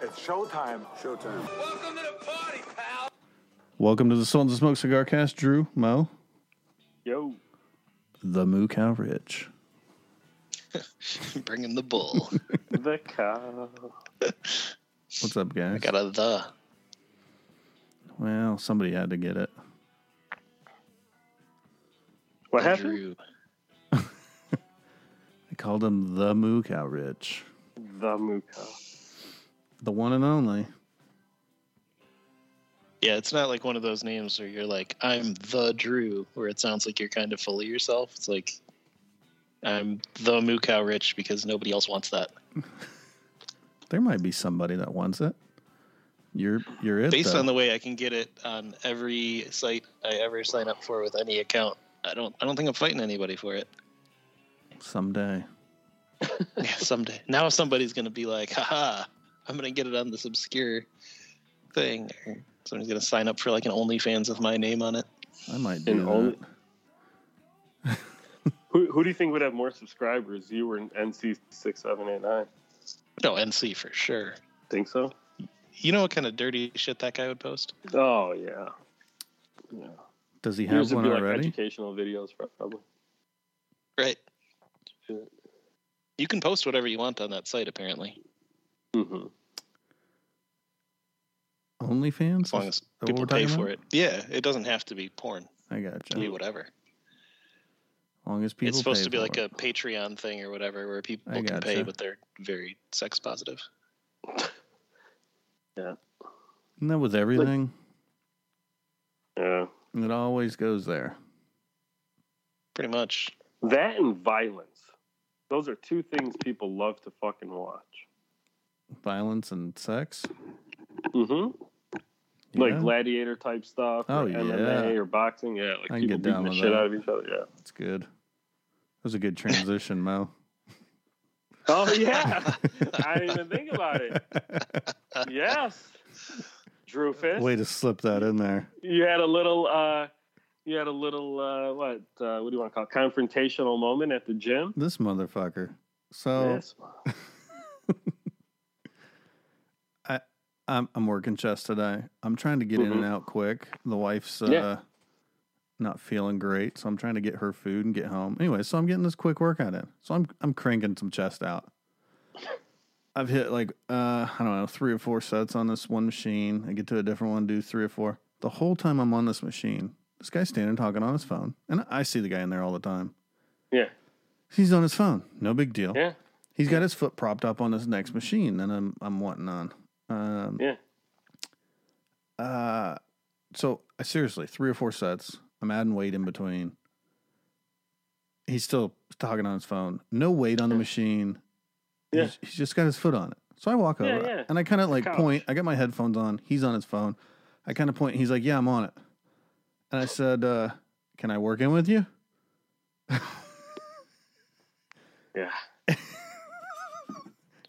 It's showtime. Showtime. Welcome to the party, pal. Welcome to the Sons of Smoke Cigar Cast. Drew, Mo, Yo. the Moo Cow Rich. Bringing the bull. The cow. What's up, guys? Got a the. Well, somebody had to get it. What happened? Drew. I called him the Moo Cow Rich, The moo cow. the one and only. Yeah, it's not like one of those names where you're like, I'm the Drew, where it sounds like you're kind of full of yourself. It's like, I'm the Moo Cow Rich because nobody else wants that. There might be somebody that wants it. You're you're it. Based though. on the way I can get it on every site I ever sign up for with any account, I don't. I don't think I'm fighting anybody for it. someday. Yeah, someday. Now somebody's gonna be like, haha, I'm gonna get it on this obscure thing. Or somebody's gonna sign up for like an OnlyFans with my name on it. I might do And that. only- Who, who do you think would have more subscribers, you or NC6789? No, NC for sure. Think so? You know what kind of dirty shit that guy would post? Oh, yeah. Yeah. Does he Yours have would one be like already? educational videos, probably. Right. Sure. You can post whatever you want on that site, apparently, Mm-hmm. OnlyFans? as long as what people we're pay talking for about? it. Yeah, it doesn't have to be porn. It I got can be you. whatever. As long as people. it's supposed pay to be for like it. a Patreon thing or whatever, where people I can gotcha. pay, but they're very sex positive. Isn't that with everything? Yeah. It always goes there. Pretty much. That and violence. Those are two things people love to fucking watch. Violence and sex. Mm-hmm. Yeah, Like gladiator type stuff, Oh, or MMA, yeah. or boxing. Yeah, like I can people get beating down the with shit that. out of each other. Yeah. that's good. That was a good transition, Mo. Oh yeah, I didn't even think about it. Yes, Drew Fist. Way to slip that in there. you had a little, uh, you had a little uh, what? Uh, what do you want to call it? confrontational moment at the gym? This motherfucker. So Yes. I'm I'm working chest today. I'm trying to get in and out quick. The wife's uh, Mm-hmm. Yeah. not feeling great, so I'm trying to get her food and get home. Anyway, so I'm getting this quick workout in. So I'm I'm cranking some chest out. I've hit like uh I don't know three or four sets on this one machine. I get to a different one, do three or four. The whole time I'm on this machine, this guy's standing talking on his phone, and I see the guy in there all the time. Yeah. He's on his phone. No big deal. Yeah. He's got his foot propped up on this next machine, and I'm I'm wanting on. Um, Yeah. Uh, so I seriously three or four sets. I'm adding weight in between. He's still talking on his phone. No weight on the machine. Yeah. He's, he's just got his foot on it. So I walk Yeah, over yeah. and I kind of like Couch. point. I got my headphones on. He's on his phone. I kind of point. And he's like, "Yeah, I'm on it." And I said, uh, "Can I work in with you?" Yeah.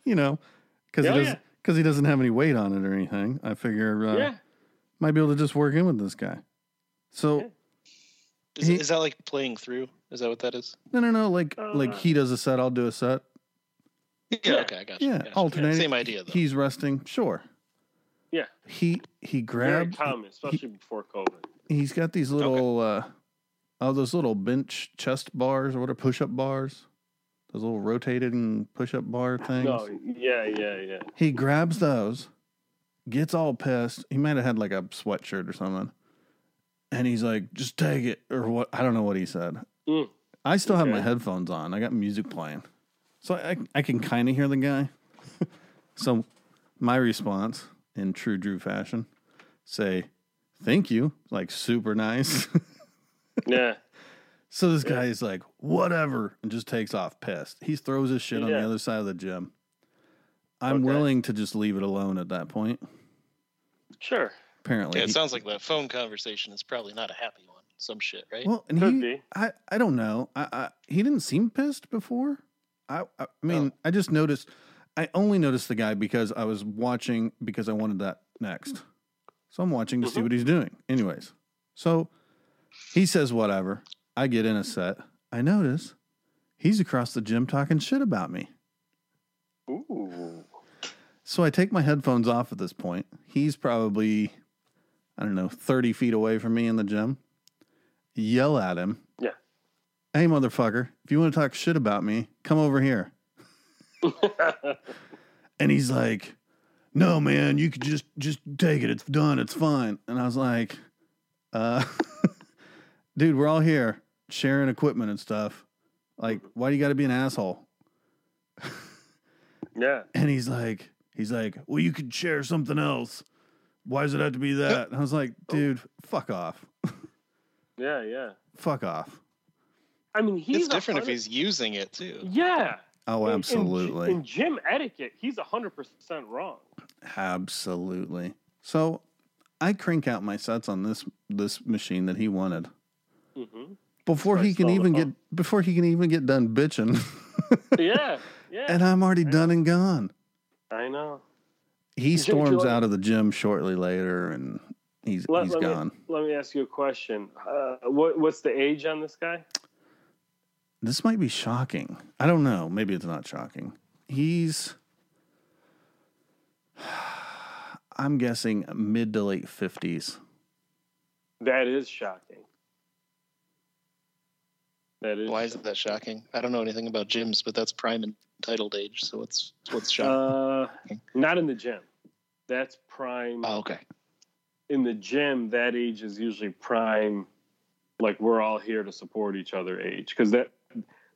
You know, because Yeah, he oh, doesn't because he doesn't have any weight on it or anything. I figure uh, yeah. might be able to just work in with this guy. So Yeah. Is, He- is that like playing through? Is that what that is? no, no, no. Like like Uh. he does a set, I'll do a set. Yeah. Okay, I got you. Yeah, gotcha. alternating. Same idea though. He's resting, sure. Yeah. He he Very grabbed. common, especially before COVID. He's got these little uh, oh those little bench chest bars or what are push up bars? Those little rotating push up bar things. No. Yeah. Yeah. Yeah. He grabs those, gets all pissed. He might have had like a sweatshirt or something. And he's like, just take it, or what? I don't know what he said. Mm. I still have my Okay. headphones on. I got music playing. So I, I can kind of hear the guy. so my response in true Drew fashion say, thank you, like super nice. Yeah. so this guy is like, whatever, and just takes off pissed. He throws his shit on the Yeah. other side of the gym. I'm Okay. willing to just leave it alone at that point. Sure. Apparently, Yeah, it he- sounds like that phone conversation is probably not a happy one. Some shit, right? Well, and Could he, be. I, I don't know. I, I, he didn't seem pissed before. I, I Oh. mean, I just noticed. I only noticed the guy because I was watching because I wanted that next. So I'm watching to see Mhm. what he's doing. Anyways, so he says whatever. I get in a set. I notice he's across the gym talking shit about me. Ooh. So I take my headphones off at this point. He's probably, I don't know, 30 feet away from me in the gym. Yell at him. Yeah. Hey, motherfucker, if you want to talk shit about me, come over here. And he's like, no, man, you could just, just take it. It's done. It's fine. And I was like, uh, dude, we're all here sharing equipment and stuff. Like, why do you got to be an asshole? yeah. And he's like, he's like, well, you could share something else. Why does it have to be that? And I was like, Oh. dude, fuck off, Yeah. Yeah. fuck off. I mean, he's it's different if 100 he's using it too. Yeah. Oh, In- in- absolutely, In, gym etiquette, he's hundred percent wrong. absolutely. So I crank out my sets on this this machine that he wanted hmm before he Starts can throwing even the get before he can even get done bitching, Yeah. Yeah. and I'm already I- done and gone. I know. He Did you- did you storms like- out of the gym shortly later, and he's Let- he's let me- gone. Let me ask you a question. Uh, what, what's the age on this guy? This might be shocking. I don't know. Maybe it's not shocking. He's, I'm guessing mid to late 50s. That is shocking. That is. Why is that shocking? I don't know anything about gyms, but that's prime entitled age. So what's what's shocking? Uh, not in the gym. That's prime. oh, okay. In the gym, that age is usually prime. Like we're all here to support each other age because that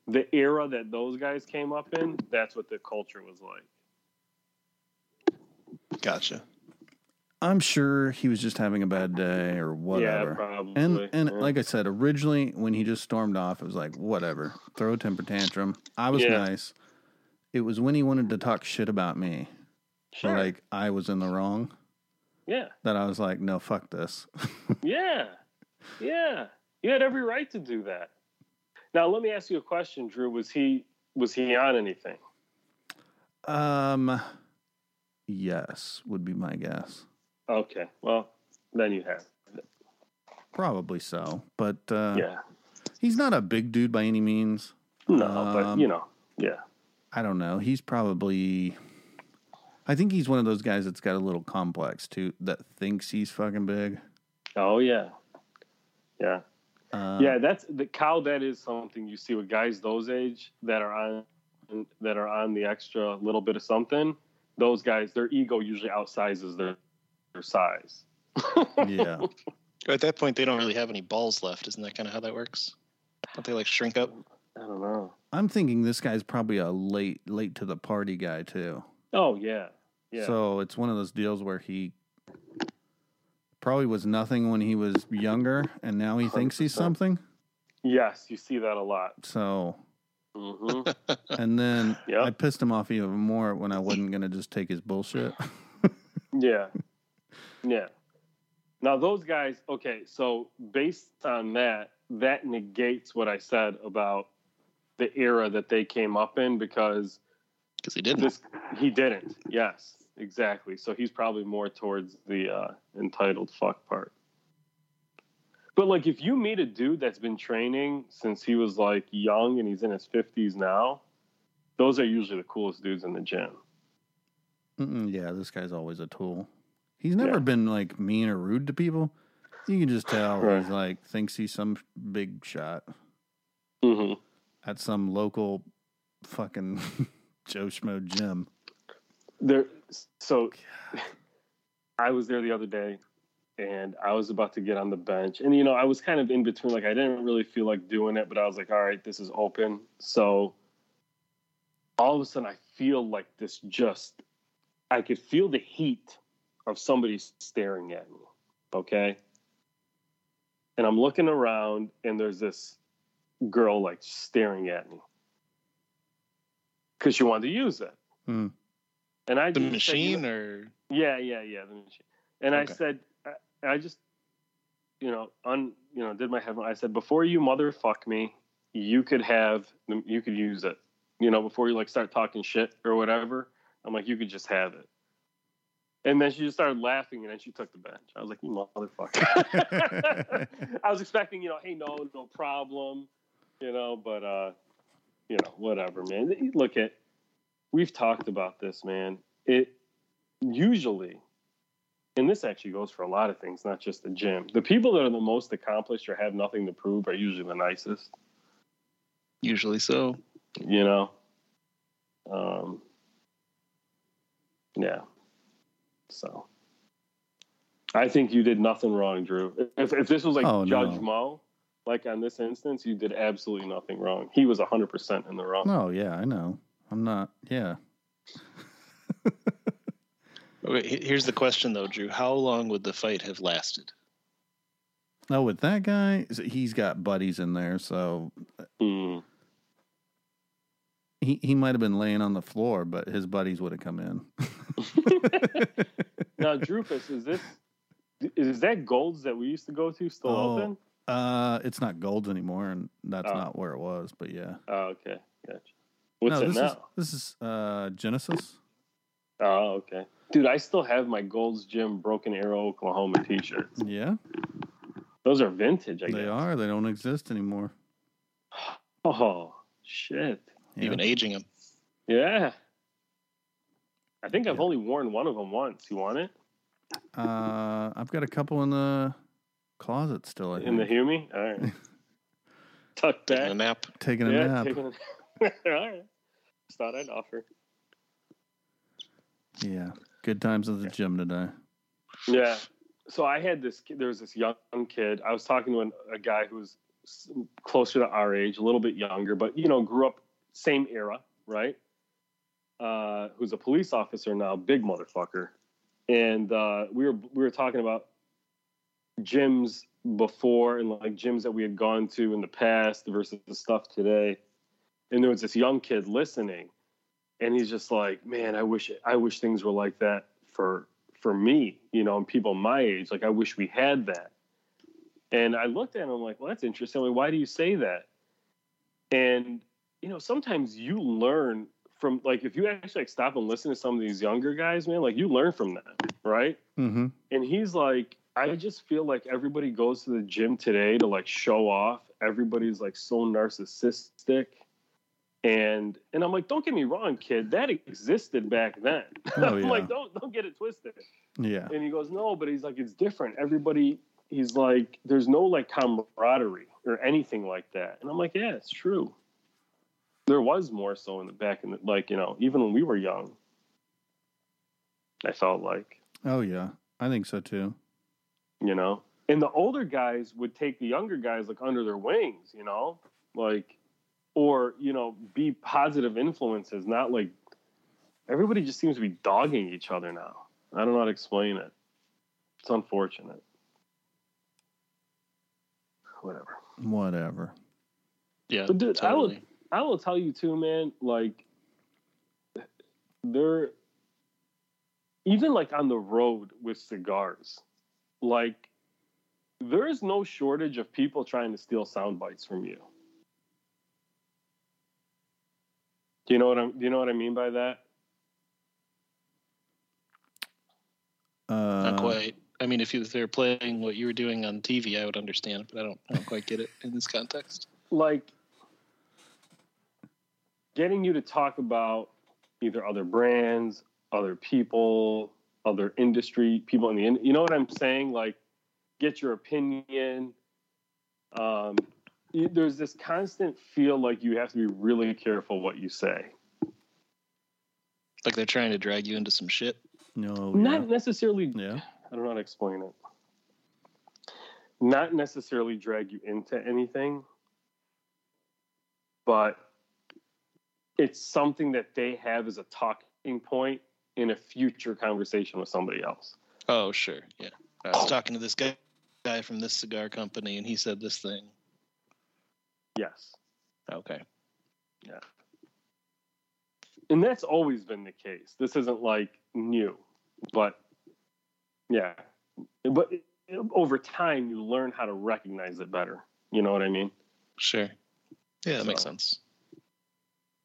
the era that those guys came up in, that's what the culture was like. Gotcha. I'm sure he was just having a bad day or Yeah, whatever. probably. and and Yeah. like I said, originally when he just stormed off, it was like, whatever, throw a temper tantrum. I was Yeah. nice. It was when he wanted to talk shit about me, or, sure. like I was in the wrong, yeah, that I was like, no, fuck this. yeah, yeah. You had every right to do that. Now let me ask you a question, Drew. Was he was he on anything? Um, yes, would be my guess. Okay, well then you have. Probably so, but uh, yeah, he's not a big dude by any means. no, but um, you know, yeah. I don't know. He's probably. I think he's one of those guys that's got a little complex too, that thinks he's fucking big. Oh yeah, yeah, Uh, yeah. That's the cow. That is something you see with guys those age that are on that are on the extra little bit of something. Those guys, their ego usually outsizes their their size. yeah. At that point, they don't really have any balls left. Isn't that kind of how that works? Don't they like shrink up? I don't know. I'm thinking this guy's probably a late, late to the party guy too. Oh yeah, yeah. So it's one of those deals where he probably was nothing when he was younger, and now he thinks he's 100%. something. yes, you see that a lot. So hmm And then Yep. I pissed him off even more when I wasn't going to just take his bullshit. Yeah. Yeah. Now those guys, okay, so based on that, that negates what I said about the era that they came up in because Because he didn't. this he didn't. Yes, exactly. So he's probably more towards the uh, entitled fuck part. But like if you meet a dude that's been training since he was like young and he's in his 50s now, those are usually the coolest dudes in the gym. Mm-mm, yeah, this guy's always a tool. He's never Yeah. been like mean or rude to people. You can just tell Right. he's like thinks he's some big shot Mhm. at some local fucking Joe Schmo gym. There so I was there the other day and I was about to get on the bench. And, you know, I was kind of in between. Like, I didn't really feel like doing it, but I was like, all right, this is open. So all of a sudden, I feel like this just, I could feel the heat of somebody staring at me. Okay. And I'm looking around and there's this girl like staring at me because she wanted to use it. Hmm. And I The just said, you know- machine or yeah, yeah, yeah. The machine. And I Okay. said, I, I just, you know, un, you know, did my head. I said, before you motherfuck me, you could have, you could use it. You know, before you like start talking shit or whatever. I'm like, you could just have it. And then she just started laughing, and then she took the bench. I was like, you motherfucker. I was expecting, you know, hey, no, no problem, you know, but uh, you know, whatever, man. Look at, we've talked about this, man. It usually, and this actually goes for a lot of things, not just the gym. The people that are the most accomplished or have nothing to prove are usually the nicest. Usually so. You know. Um. Yeah. So. I think you did nothing wrong, Drew. If, if this was like Oh, Judge no. Mo, like on this instance, you did absolutely nothing wrong. He was 100% in the wrong. No, Oh, yeah, I know. I'm not. Yeah. Okay, he- here's the question though, Drew. How long would the fight have lasted? No, with that guy, is- he's got buddies in there, so Hmm. he, he might have been laying on the floor, but his buddies would have come in. Hmm. Now, Drupus, is this is that Gold's that we used to go to still Oh. open? Uh, it's not Gold's anymore, and that's Oh. not where it was. But yeah, Oh, okay, gotcha. What's no, it this now? is this is uh Genesis. Oh, okay, dude, I still have my Gold's Gym Broken Arrow Oklahoma T-shirts. Yeah, Those are vintage, I guess. they are. They don't exist anymore. Oh shit! Yeah. Even aging him. Yeah, I think I've Yeah. only worn one of them once. You want it Uh, I've got a couple in the closet still. I in the think. hear me? All right, tuck Taking a back. nap. taking a Yeah, nap. take it. All right. Just thought I'd offer. Yeah, good times at the gym today. Yeah. So I had this. There was this young kid. I was talking to an, a guy who was s- closer to our age, a little bit younger, but you know, grew up same era, right? Uh, who's a police officer now, big motherfucker. And uh, we were we were talking about gyms before and like gyms that we had gone to in the past versus the stuff today. And there was this young kid listening, and he's just like, "Man, I wish I wish things were like that for for me, you know, and people my age. Like, I wish we had that." And I looked at him like, "Well, that's interesting. Like, why do you say that?" And you know, sometimes you learn from like if you actually like stop and listen to some of these younger guys, man, like you learn from them, right? Mm-hmm. and he's like i just feel like everybody goes to the gym today to like show off everybody's like so narcissistic and and i'm like don't get me wrong kid that existed back then Oh, i'm yeah. like don't don't get it twisted Yeah, and he goes no but he's like it's different everybody he's like there's no like camaraderie or anything like that and i'm like yeah it's true there was more so in the back in the like you know even when we were young i felt like oh yeah, I think so too. you know and the older guys would take the younger guys like under their wings you know like or you know be positive influences not like everybody just seems to be dogging each other now i don't know how to explain it it's unfortunate whatever Whatever. Yeah. But dude, I would- totally. I will tell you too, man. Like, they're even like on the road with cigars. Like, there is no shortage of people trying to steal sound bites from you. Do you know what I'm? Do you know what I mean by that? Uh, Not quite. I mean, if you- if they're playing what you were doing on TV, I would understand, but I don't, I don't quite get it in this context. like getting you to talk about either other brands, other people, other industry people in the in- you know what I'm saying? Like get your opinion. Um, y- there's this constant feel like you have to be really careful what you say. Like they're trying to drag you into some shit. No. Not necessarily yeah. yeah. I don't know how to explain it. Not necessarily drag you into anything, but it's something that they have as a talking point in a future conversation with somebody else. Oh, sure. Yeah. Oh. I was talking to this guy, guy from this cigar company, and he said this thing. Yes. Okay. And that's always been the case. This isn't like new, but yeah. But over time, you learn how to recognize it better. You know what I mean? Sure. Yeah, that makes So- sense.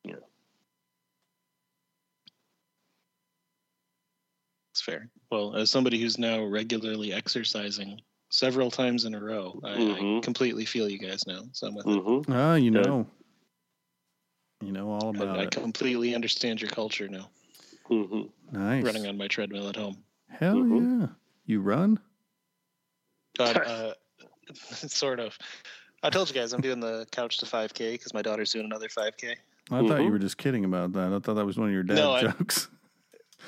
Yeah. It's fair. Well, as somebody who's now regularly exercising several times in a row, I, I Mhm. completely feel you guys now. So I'm with it. Mm-hmm. Ah, you Good. know. You know all about I, I it. completely understand your culture now. hmm Nice. running on my treadmill at home. Hell Mhm. yeah. You run? But uh, sort of. I told you guys I'm doing the couch to 5K because my daughter's doing another 5K. I thought you Mhm. were just kidding about that. I thought that was one of your dad No, I- jokes.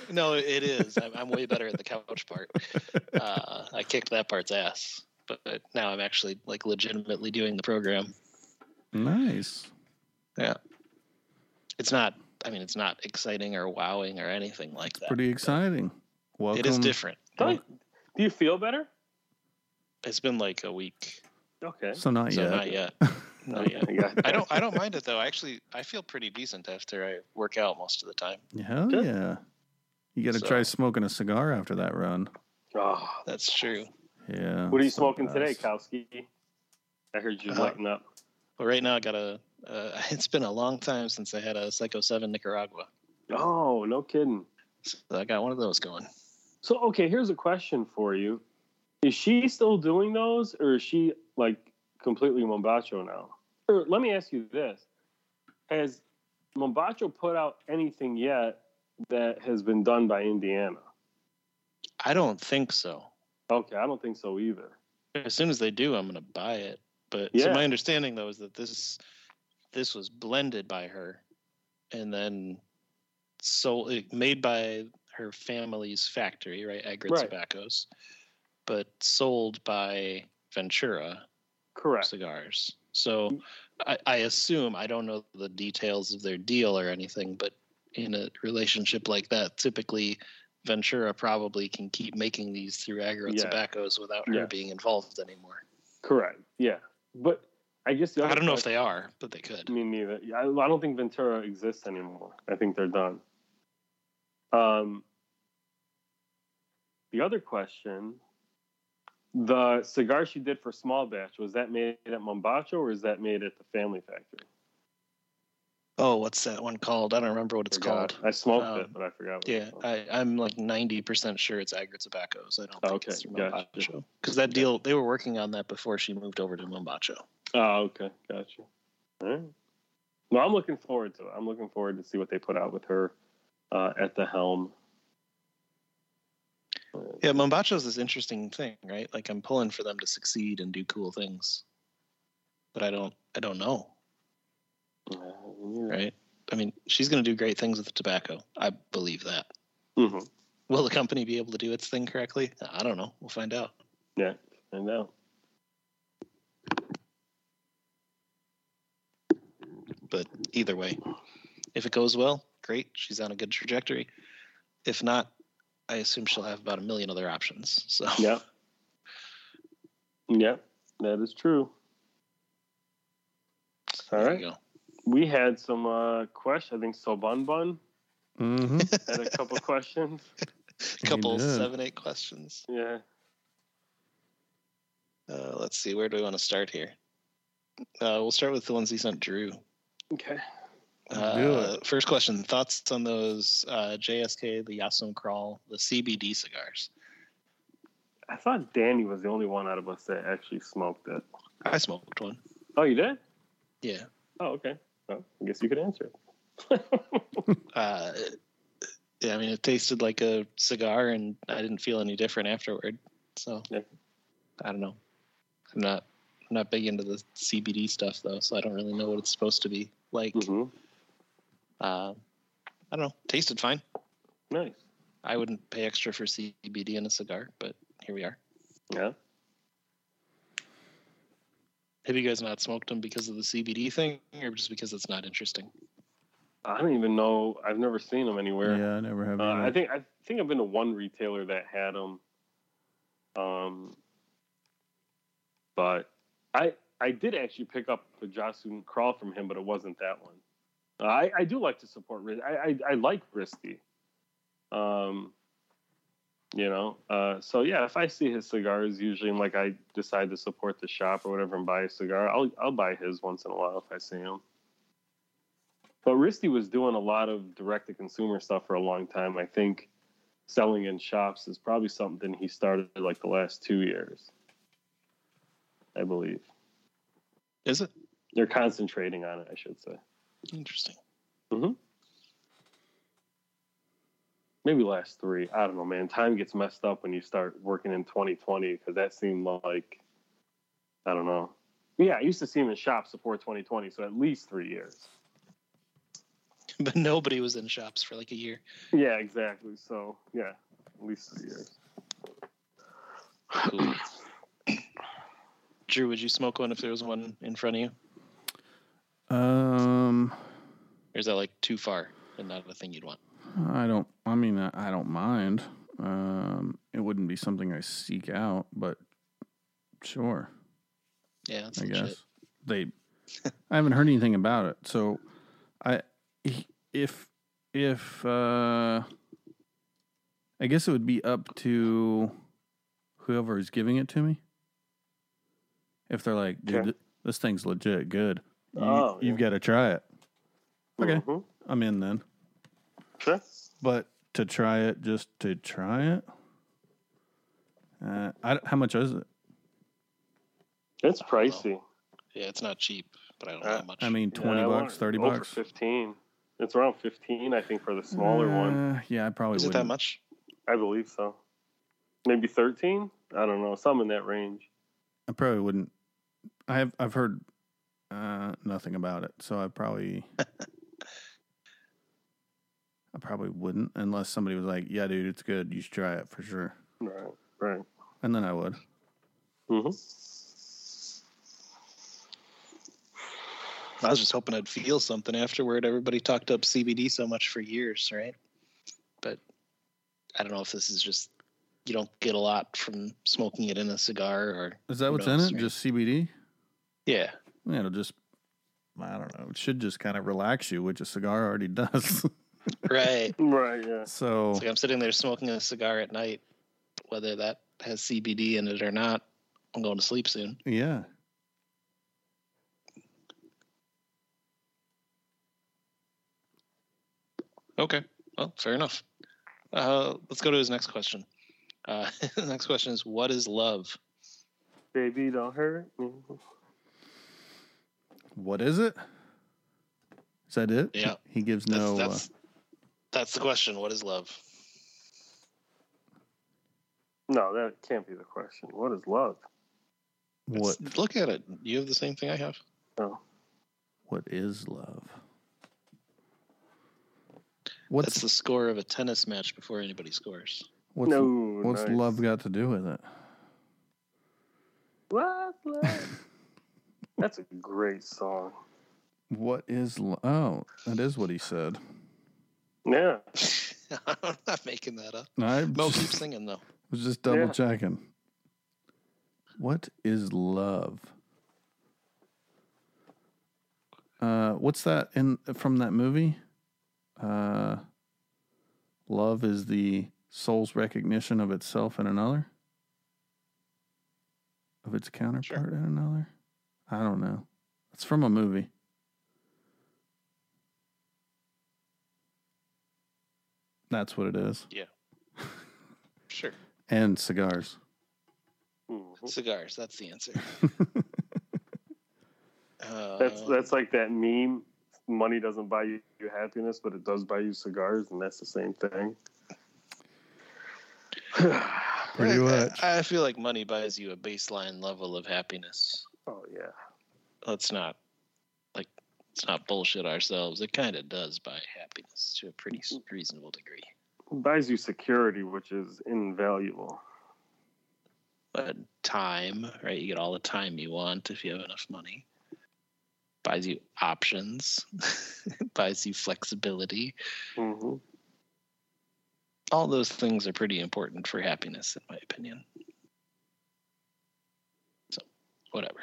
No, it is. I'm, I'm way better at the couch part. Uh, I kicked that part's ass, but, but now I'm actually like legitimately doing the program. nice. It's not. I mean, it's not exciting or wowing or anything like that. Pretty exciting. Welcome. It is different. Do you feel better? It's been like a week, Okay. So not so yet. not yet. Not yet. I don't. I don't mind it though. I actually, I feel pretty decent after I work out most of the time. Hell Good. yeah. You got to So- try smoking a cigar after that run. Oh, That's true. Yeah. what are you it's the smoking today, best. Kowski? I heard you Uh, lighting up. But right now, I got a. Uh, it's been a long time since I had a Psycho Seven Nicaragua, Oh, no kidding. so I got one of those going. So, okay, here's a question for you: Is she still doing those, or is she like completely Mombacho now? Or let me ask you this: Has Mombacho put out anything yet that has been done by Indiana? I don't think so. Okay, I don't think so either. As soon as they do, I'm gonna buy it. But so Yeah. my understanding though is that this this was blended by her, and then so it, made by her family's factory, right? Agri Right. Tobaccos, but sold by Ventura Correct. Cigars. Mm-hmm. So I, I assume I don't know the details of their deal or anything, but in a relationship like that, typically Ventura probably can keep making these through Agro Yeah. Tobaccos without her Yeah. being involved anymore. Correct. Yeah, but I guess the other I don't know if question- they are, but they could. Me neither. Yeah, I, I don't think Ventura exists anymore. I think they're done. Um, the other question: the cigar she did for small batch was that made at Mombacho or is that made at the family factory? Oh, what's that one called? I don't remember what it's Forgot. called. I smoked Um, it, but I forgot. What Yeah, It's called. I, I'm like 90% sure it's Agri Tobaccos. I don't think Okay, it's gotcha. Mombacho. Because that deal, they were working on that before she moved over to Mombacho. oh, okay, gotcha. All right. Well, I'm looking forward to it. I'm looking forward to see what they put out with her uh, at the helm. Uh, Yeah, Mombacho is this interesting thing, right? Like I'm pulling for them to succeed and do cool things, but I don't, I don't know, Uh, right? I mean, she's going to do great things with the tobacco. I believe that. Mhm. Will the company be able to do its thing correctly? I don't know. We'll find out. Yeah, I know. But either way, if it goes well, great. She's on a good trajectory. If not, I assume she'll have about a million other options. So Yeah. Yeah, that is true. All there you right. go. We had some uh questions. I think Soban Bun Mhm. had a couple questions. A couple did. seven, eight questions. Yeah. Uh, let's see. Where do we want to start here? Uh, we'll start with the ones he sent Drew. Okay. Let's do Uh, first question: Thoughts on those uh, JSK, the Yasum Crawl, the CBD cigars? I thought Danny was the only one out of us that actually smoked it. I smoked one. Oh, you did? Yeah, Oh, okay. Well, I guess you could answer it. uh, yeah. I mean, it tasted like a cigar, and I didn't feel any different afterward. So Yeah. I don't know. I'm not. I'm not big into the CBD stuff though, so I don't really know what it's supposed to be like. hmm Uh, I don't know. Tasted fine. Nice. I wouldn't pay extra for CBD in a cigar, but here we are. Yeah. Have you guys not smoked them because of the CBD thing, or just because it's not interesting? I don't even know. I've never seen them anywhere. Yeah, I never have. Uh, either. I think I think I've been to one retailer that had them. Um, but I I did actually pick up a Jocelyn Crawl from him, but it wasn't that one. Uh, I I do like to support. Ris- I I, I like Risty. Um, you know. Uh, so yeah, if I see his cigars, usually and like I decide to support the shop or whatever and buy a cigar, I'll I'll buy his once in a while if I see him. But Risty was doing a lot of direct to consumer stuff for a long time. I think selling in shops is probably something he started like the last two years, I believe. Is it They're concentrating on it, I should say. interesting? maybe last three. I don't know, man. Time gets messed up when you start working in 2020 because that seemed like, I don't know. Yeah, I used to see him in shops before 2020, so at least three years. but nobody was in shops for like a year. Yeah, exactly. So yeah, at least three years. Cool. Drew, would you smoke one if there was one in front of you? Um, Or is that like too far and not a thing you'd want? I don't. I mean, I, I don't mind. Um, it wouldn't be something I seek out, but sure, Yeah, that's I some guess shit. they. I haven't heard anything about it, so I if if uh, I guess it would be up to whoever is giving it to me. If they're like, dude, Sure. th- this thing's legit good. You, Oh, you've got to try it. Okay. Mhm. I'm in then. Sure. But to try it, just to try it. Uh, I, how much is it? It's I don't pricey. Yeah, it's not cheap, but I don't know Uh, how much. I mean, twenty Yeah, I bucks, want- thirty over bucks. Fifteen. It's around fifteen, I think, for the smaller one. Uh, Yeah, I probably is it wouldn't. that much? I believe so. Maybe thirteen. I don't know. Some in that range. I probably wouldn't. I have I've heard uh, nothing about it, so I probably I probably wouldn't unless somebody was like, "Yeah, dude, it's good. You should try it for sure," Right. Right. and then I would. hmm Mm-hmm. I was just hoping I'd feel something afterward. Everybody talked up CBD so much for years, right? But I don't know if this is just you don't get a lot from smoking it in a cigar or Is that Who what's knows, in it? man? Just CBD? yeah. Yeah, it'll just. I don't know. It should just kind of relax you, which a cigar already does. Right. Right. Yeah. so It's like I'm sitting there smoking a cigar at night, whether that has CBD in it or not. I'm going to sleep soon. Yeah. Okay. Well, fair enough. Uh, let's go to his next question. Uh, the next question is, what is love? Baby, don't hurt Mm-hmm. me. What is it? Is that it? Yeah. He gives That's uh, no. uh, that's, that's the question. What is love? No, that can't be the question. What is love? uh, what It's- Look at it. You have the same thing I have. Oh, What is love? What's That's the score of a tennis match before anybody scores. what's no. what's nice. love got to do with it? What's love? That's a great song. What is lo- oh that is what he said. Yeah. I'm not making that up. I Mo just- keeps singing though. was just double Yeah. checking. What is love? Uh, what's that in from that movie? Uh, love is the soul's recognition of itself in another, of its counterpart in another. I don't know. It's from a movie. That's what it is. Sure. And cigars. Mhm. Cigars. That's the answer. uh, That's that's like that meme. Money doesn't buy you you happiness, but it does buy you cigars, and that's the same thing. Pretty I- much. I, I feel like money buys you a baseline level of happiness. oh yeah. Let's not like let's not bullshit ourselves. It kind of does buy happiness to a pretty s- reasonable degree. buys you security, which is invaluable. But time, right? You get all the time you want if you have enough money. Buys you options, buys you flexibility. Mm-hmm. hmm All those things are pretty important for happiness, in my opinion. So, whatever.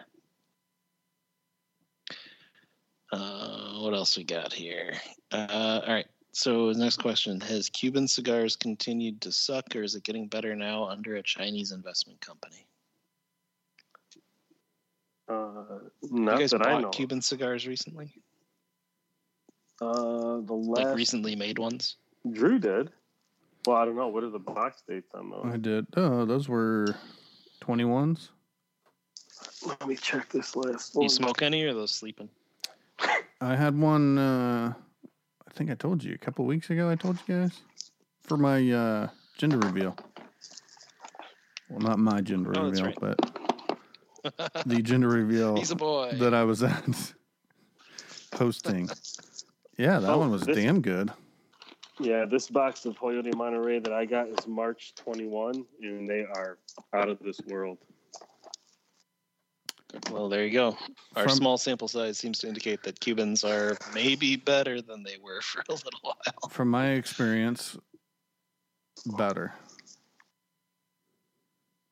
Uh, what else we got here? Uh, all right. So, his next question Has Cuban cigars continued to suck, or is it getting better now under a Chinese investment company? Uh, you not guys that bought I know. of. Cuban cigars recently? Uh, the last Like recently made ones? Drew did. Well, I don't know. What are the box dates on those? I did. Oh, those were 21s. Let me check this last You smoke any or those sleeping? I had one, uh, I think I told you a couple weeks ago. I told you guys for my uh, gender reveal. Well, not my gender Oh, that's reveal, but the gender reveal He's a boy. that I was at hosting. Yeah, that Oh, one was this- damn good. Yeah, this box of Hoyo de Monterey that I got is March 21, and they are out of this world. well, there you go. Our From- small sample size seems to indicate that Cubans are maybe better than they were for a little while. From my experience, better.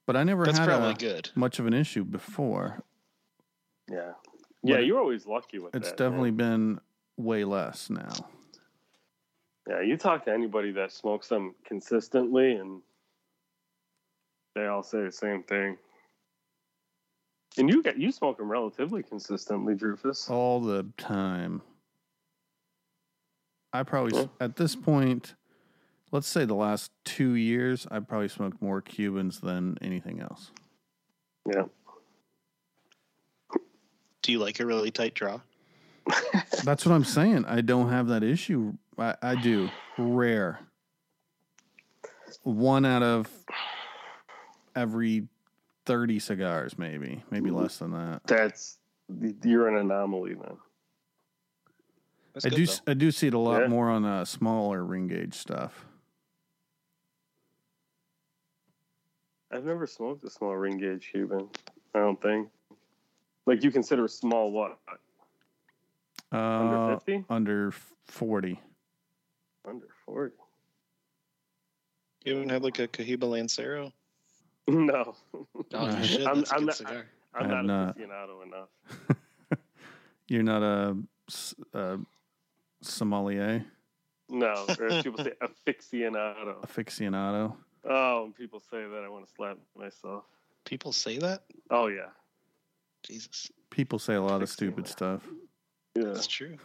But I never That's had probably a- good. much of an issue before. Yeah. Yeah, But you're always lucky with It's that. man. definitely been way less now. Yeah, you talk to anybody that smokes them consistently, and they all say the same thing. And you get you smoke them relatively consistently, Drufus. all the time. I probably s Cool. at this point, let's say the last two years, I probably smoked more Cubans than anything else. Yeah. Do you like a really tight draw? That's what I'm saying. I don't have that issue. I, I do rare. One out of every thirty cigars, maybe, maybe less than that. That's you're an anomaly, man. That's I good, do. though. s- I do see it a lot Yeah. more on uh, smaller ring gauge stuff. I've never smoked a small ring gauge Cuban. I don't think. Like you consider small what under Uh, fifty, under forty. under forty. You even had like a Cohiba Lancero? No, Oh, No. shit, I'm- that's a I'm good not- cigar. I'm I have not, not. aficionado enough. You're not a, s- a sommelier No, or as people say aficionado. aficionado. Oh, when people say that, I want to slap myself. People say that? Oh yeah, Jesus. People say a lot of stupid stuff. yeah. That's true.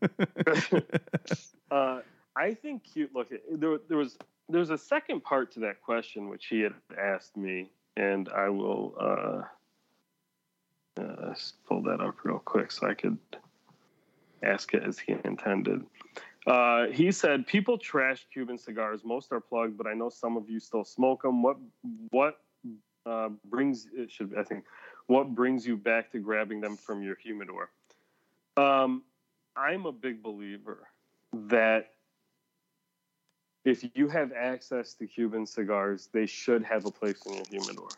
Uh, I think cute. Look, there, there was there was a second part to that question which he had asked me, and I will uh, uh, s- pull that up real quick so I could ask it as he intended. Uh, he said, "People trash Cuban cigars. Most are plugged, but I know some of you still smoke them. What what uh, brings it should I think what brings you back to grabbing them from your humidor?" Um, I'm a big believer that if you have access to Cuban cigars, they should have a place in your humidor.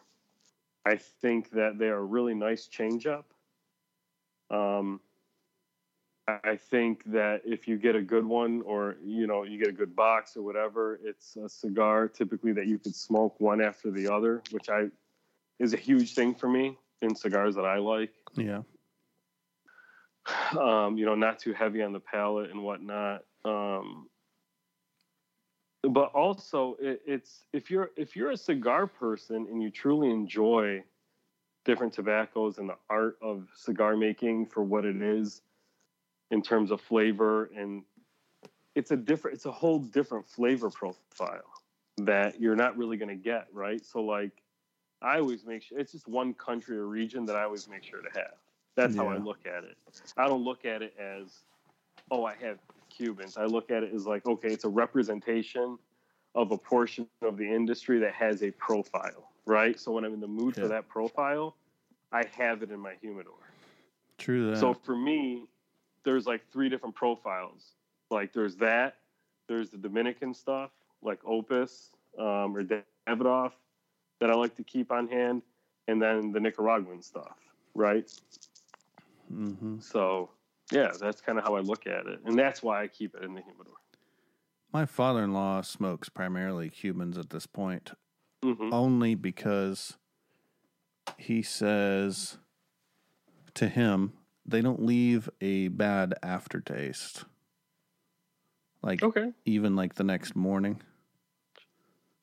I think that they are a really nice change up. Um, I I think that if you get a good one or you know you get a good box or whatever, it's a cigar typically that you could smoke one after the other, which I is a huge thing for me in cigars that I like yeah, um, you know, not too heavy on the palate and whatnot. Um, but also, it, it's if you're if you're a cigar person and you truly enjoy different tobaccos and the art of cigar making for what it is in terms of flavor and it's a different it's a whole different flavor profile that you're not really going to get right so like i always make sure it's just one country or region that i always make sure to have that's how i Yeah. look at it i don't look at it as oh i have cubans i look at it as like okay it's a representation of a portion of the industry that has a profile right so when i'm in the mood Yeah. for that profile i have it in my humidor true that. so for me, there's like three different profiles. Like there's that, there's the Dominican stuff, like Opus um, or Davidoff, that I like to keep on hand, and then the Nicaraguan stuff, right? hmm So yeah, that's kind of how I look at it, and that's why I keep it in the humidor. My father-in-law smokes primarily Cubans at this point, hmm only because he says to him they don't leave a bad aftertaste. Like Okay. even like the next morning,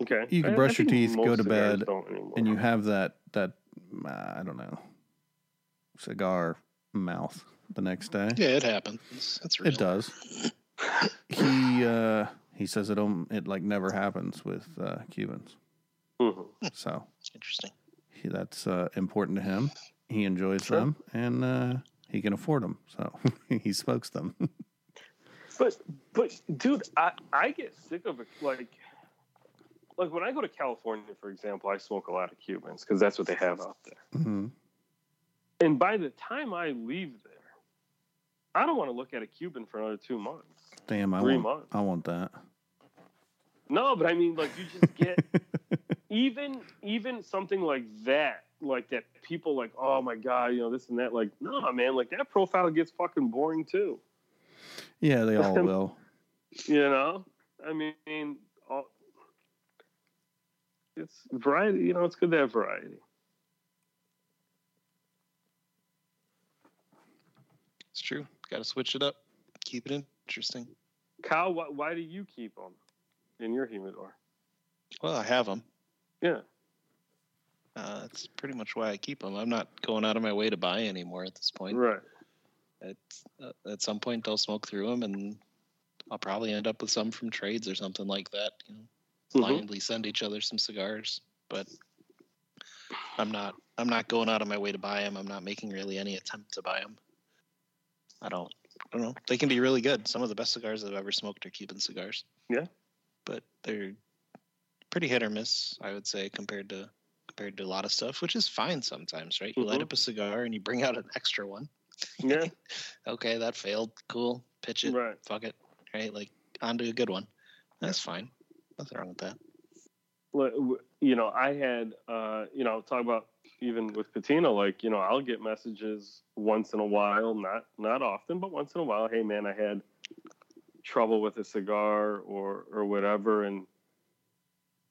Okay. You can brush your think teeth, go most to cigars bed, don't anymore. and you have that that uh, I don't know cigar mouth the next day. Yeah, it happens. That's real. It does. He uh, he says it um, it like never happens with uh, Cubans. Mhm. So Interesting. he, that's uh, important to him. He enjoys Sure. them and uh, he can afford them. So he smokes them. But but dude, I, I get sick of it. Like like when I go to California, for example, I smoke a lot of Cubans because that's what they have out there. hmm And by the time I leave there, I don't want to look at a Cuban for another two months, Damn, I three want, months. I want that. No, but I mean, like you just get even even something like that, like that people like, oh my god, you know this and that. Like, no, man, like that profile gets fucking boring too. yeah, they all will. You know, I mean, all, it's variety. You know, it's good to have variety. It's true. Got to switch it up. Keep it interesting. Kyle, why, why do you keep them in your humidor? Well, I have them. Yeah. Uh, that's pretty much why I keep them. I'm not going out of my way to buy anymore at this point. Right. At, uh, at some point, I'll smoke through them, and I'll probably end up with some from trades or something like that. You know, blindly send each other some cigars, but I'm not. I'm not going out of my way to buy them. I'm not making really any attempt to buy them. I don't. I don't know. They can be really good. Some of the best cigars I've ever smoked are Cuban cigars. Yeah. but they're pretty hit or miss, I would say, compared to compared to a lot of stuff, which is fine sometimes, right? You light Mhm. up a cigar and you bring out an extra one. Yeah. Okay, that failed. Cool. Pitch it. Right. Fuck it. Right, like onto a good one. That's fine. Nothing wrong with that. Like, w- You know, I had, uh, you know, talk about even with Patina, like, you know, I'll get messages once in a while, not not often, but once in a while, hey man, I had trouble with a cigar or or whatever and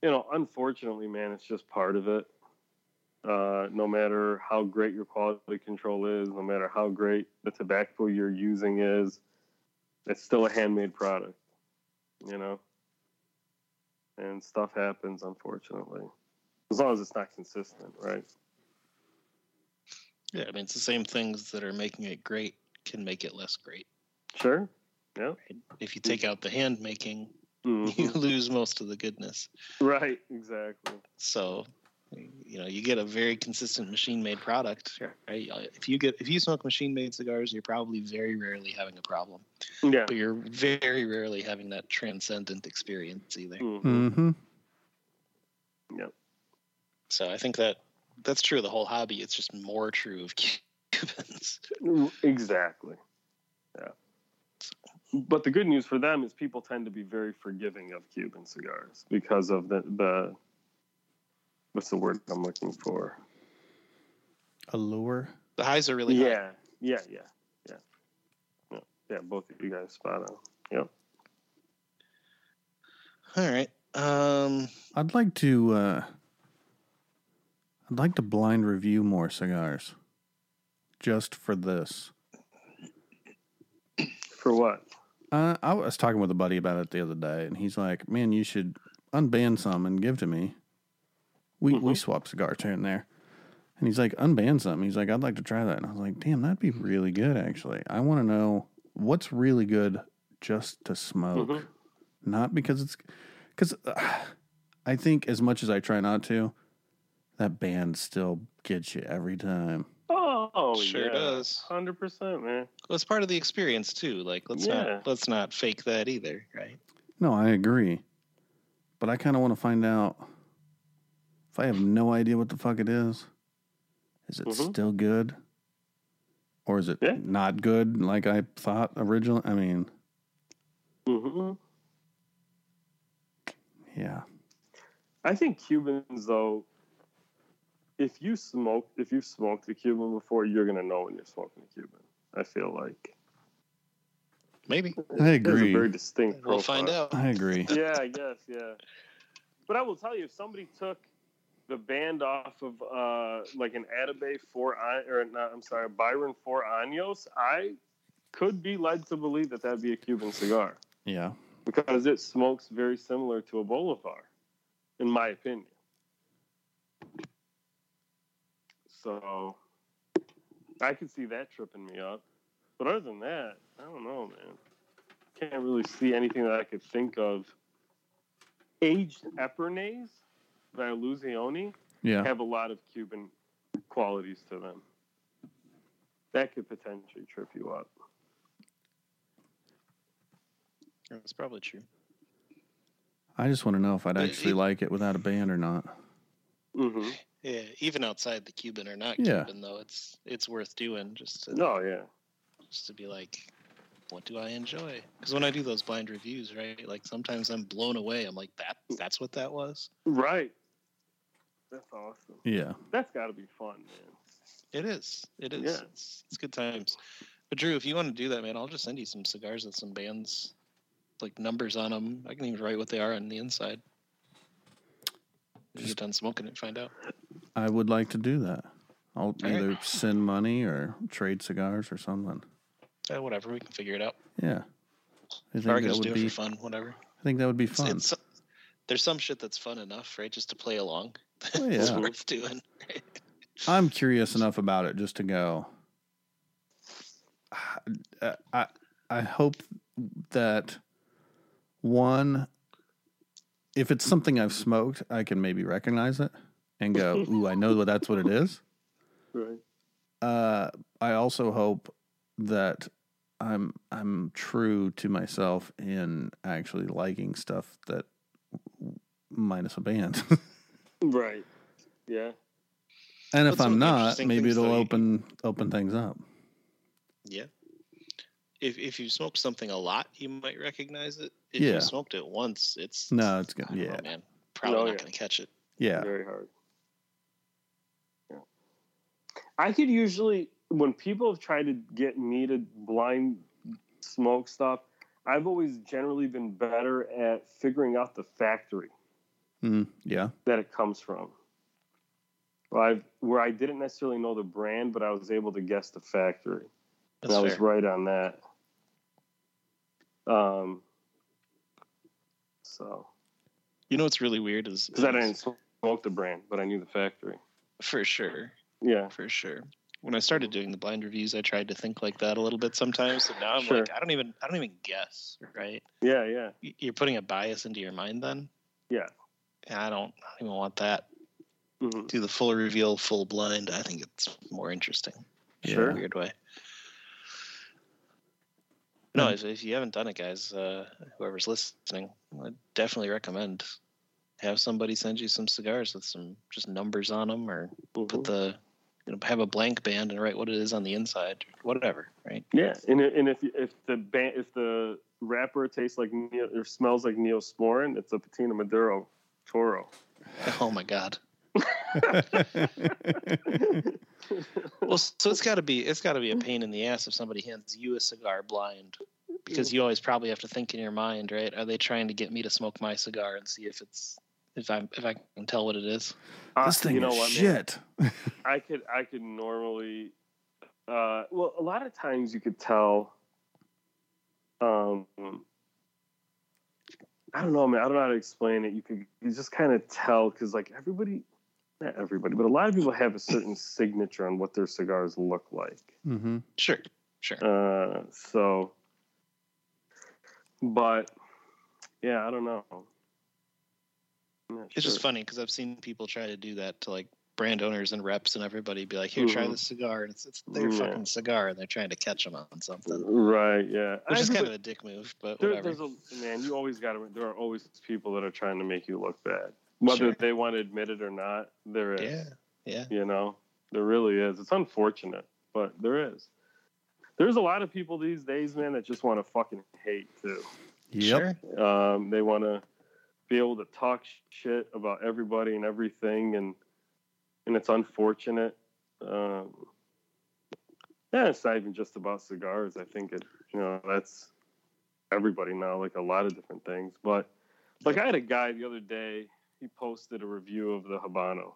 you know, unfortunately, man, it's just part of it. Uh, no matter how great your quality control is, no matter how great the tobacco you're using is, it's still a handmade product, you know? And stuff happens, unfortunately. As long as it's not consistent, right? Yeah, I mean, it's the same things that are making it great can make it less great. Sure. If you take out the hand making, you Mhm. lose most of the goodness. right, exactly. So, you know, you get a very consistent machine-made product. Right? If you get if you smoke machine-made cigars, you're probably very rarely having a problem, Yeah. but you're very rarely having that transcendent experience either. Mhm. hmm So, I think that that's true of the whole hobby. It's just more true of Cubans. Exactly. Yeah. But the good news for them is people tend to be very forgiving of Cuban cigars because of the the what's the word I'm looking for? Allure. The highs are really high. yeah, yeah, yeah, yeah, yeah. Yeah, both of you guys spot on. All right. Um, I'd like to. Uh, I'd like to blind review more cigars, just for this. For what? Uh, I was talking with a buddy about it the other day, and he's like, "Man, you should unban some and give to me." We we swap cigars here and there, and he's like, "Unban some." He's like, "I'd like to try that," and I was like, "Damn, that'd be really good, actually. I want to know what's really good just to smoke, Mhm. not because it's because I think as much as I try not to, that band still gets you every time. Oh, Sure yeah. does. Hundred percent, man. Well, it's part of the experience too. Like let's Yeah. not let's not fake that either, right? No, I agree. But I kind of want to find out if I have no idea what the fuck it is. Is it Mm-hmm. Mhm. still good? Or is it Yeah. not good like I thought originally? I mean, hmm yeah. I think Cubans though, if you smoke if you've smoked a Cuban before, you're gonna know when you're smoking a Cuban. I feel like Maybe I there's a very agree. distinct profile. we'll find out. I agree. yeah, I guess, yeah. But I will tell you, if somebody took the band off of uh, like an Atabey for or not, I'm sorry, Byron for Años, I could be led to believe that that'd be a Cuban cigar Yeah. because it smokes very similar to a Bolivar, in my opinion. So I could see that tripping me up. But other than that, I don't know, man. Can't really see anything that I could think of. Aged Epernay by Luzioni Yeah. have a lot of Cuban qualities to them. That could potentially trip you up. That's probably true. I just want to know if I'd But actually it- like it without a band or not. hmm Yeah, even outside the Cuban or not Yeah. Cuban though, it's it's worth doing just to, No, Oh, yeah. just to be like, what do I enjoy? Because when I do those blind reviews, right, like sometimes I'm blown away. I'm like, that that's what that was. Right. That's awesome. Yeah. That's got to be fun, man. It is. It is. Yeah. It's, it's good times. But Drew, if you want to do that, man, I'll just send you some cigars with some bands, like numbers on them. I can even write what they are on the inside. When you get done smoking it, find out. I would like to do that. I'll right. either send money or trade cigars or something. Yeah, Eh, whatever, we can figure it out. Yeah. I think Or I that can just do would it be for fun, whatever. I think that would be It's- fun. it's- there's some shit that's fun enough, right? Just to play along. Oh, it's yeah. worth doing. I'm curious enough about it just to go. I I, I hope that one, if it's something I've smoked, I can maybe recognize it and go, "Ooh, I know that that's what it is." Right. Uh, I also hope that I'm I'm true to myself in actually liking stuff that minus a band. Right. Yeah. and That's if one I'm of the not, interesting maybe things, it'll though, you- open open things up. Yeah. If if you smoke something a lot, you might recognize it. If Yeah. you smoked it once, it's No, it's good. I don't know, Yeah. man. Probably No, not Oh, yeah. gonna catch it. Yeah. Very hard. Yeah. I could usually, when people have tried to get me to blind smoke stuff, I've always generally been better at figuring out the factory Mm, yeah. that it comes from. Well, I've, where I didn't necessarily know the brand, but I was able to guess the factory. And That's I was fair. right on that. Um, so, You know what's really weird is because I is- didn't smoke the brand, but I knew the factory. for sure, Yeah. for sure. When I started doing the blind reviews, I tried to think like that a little bit sometimes. So now I'm Sure. like, I don't even, I don't even guess, right? Yeah. Yeah. Y- You're putting a bias into your mind then. Yeah. And I don't, I don't even want that. Mhm. Do the full reveal, full blind. I think it's more interesting. Sure. in a weird way. No, Hmm. if, if you haven't done it, guys, uh, whoever's listening, I definitely recommend have somebody send you some cigars with some just numbers on them, or Mhm. put the you know have a blank band and write what it is on the inside, whatever. Right? Yeah, and i- and if if the ban if the wrapper tastes like neo, or smells like Neosporin, it's a Patina Maduro Toro. Oh my god. Well, so it's got to be it's got to be a pain in the ass if somebody hands you a cigar blind, because you always probably have to think in your mind, right? Are they trying to get me to smoke my cigar and see if it's if I if I can tell what it is? Uh, this thing you know is what, man? shit. I could I could normally, uh, well, a lot of times you could tell. Um, I don't know, man. I don't know how to explain it. You could you just kind of tell because like everybody, not everybody, but a lot of people have a certain signature on what their cigars look like. Mm-hmm. Sure, sure. Uh, so, but yeah, I don't know. I'm not It's just sure. funny because I've seen people try to do that to like brand owners and reps and everybody be like, "Here, try Mhm. this cigar," and it's, it's their Yeah. fucking cigar, and they're trying to catch them on something, right? Yeah, which I is just- kind of a dick move, but there, whatever. there's a man. You always got to. There are always people that are trying to make you look bad, whether Sure. they want to admit it or not. There is, yeah, yeah. you know, there really is. It's unfortunate, but there is. There's a lot of people these days, man, that just want to fucking hate too. Yep. Sure. Um, they want to be able to talk sh- shit about everybody and everything, and and it's unfortunate. Um, yeah, it's not even just about cigars. I think it, you know, that's everybody now, like a lot of different things. But like, I had a guy the other day. He posted a review of the Habano,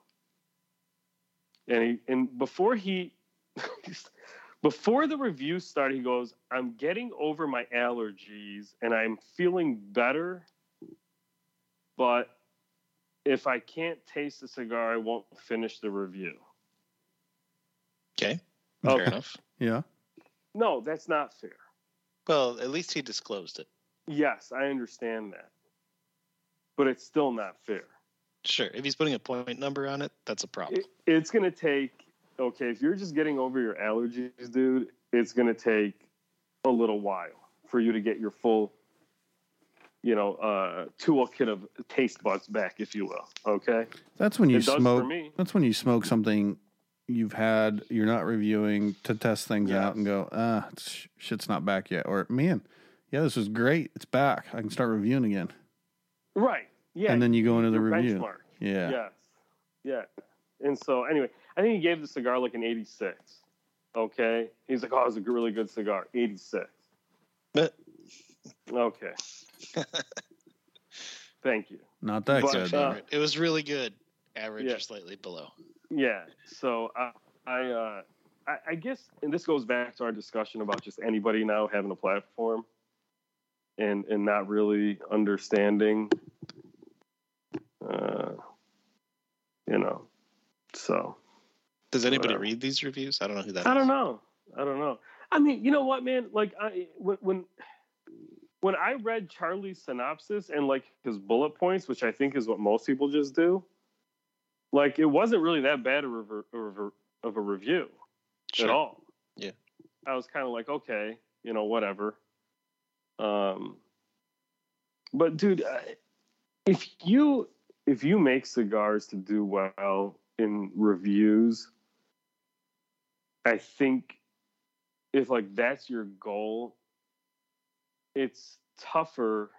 and he and before he. before the review started, he goes, I'm getting over my allergies and I'm feeling better, but if I can't taste the cigar, I won't finish the review. Okay. Oh. Fair enough. Yeah. No, that's not fair. Well, at least he disclosed it. Yes, I understand that, but it's still not fair. Sure. If he's putting a point number on it, that's a problem. It, it's going to take, okay, if you're just getting over your allergies, dude, it's going to take a little while for you to get your full you know, uh, toolkit of taste buds back, if you will. Okay. That's when you It does for smoke. me. That's when you smoke something you've had. You're not reviewing to test things out and go, ah, it's- shit's not back yet, or man, yeah, this is great. It's back. I can start reviewing again. Right. Yeah. and then you go into the your review. benchmark. Yeah. Yes. Yeah. And so anyway, I think he gave the cigar like an 86. Okay. He's like, oh, it's a really good cigar. 86. But- Okay. Thank you. not that my But, good. uh, favorite. it was really good. Average Yeah. or slightly below. Yeah. So I, I, uh, I, I guess, and this goes back to our discussion about just anybody now having a platform, and and not really understanding, uh, you know. So Does anybody Whatever. read these reviews? I don't know who that is. uh, I don't know. I don't know. I mean, you know what, man? Like, I when when when I read Charlie's synopsis and like his bullet points, which I think is what most people just do, like it wasn't really that bad of a, rever- a rever- of a review Sure. at all. Yeah. I was kind of like, okay, you know, whatever. Um, but dude, I- if you if you make cigars to do well in reviews, I think if like that's your goal, it's tougher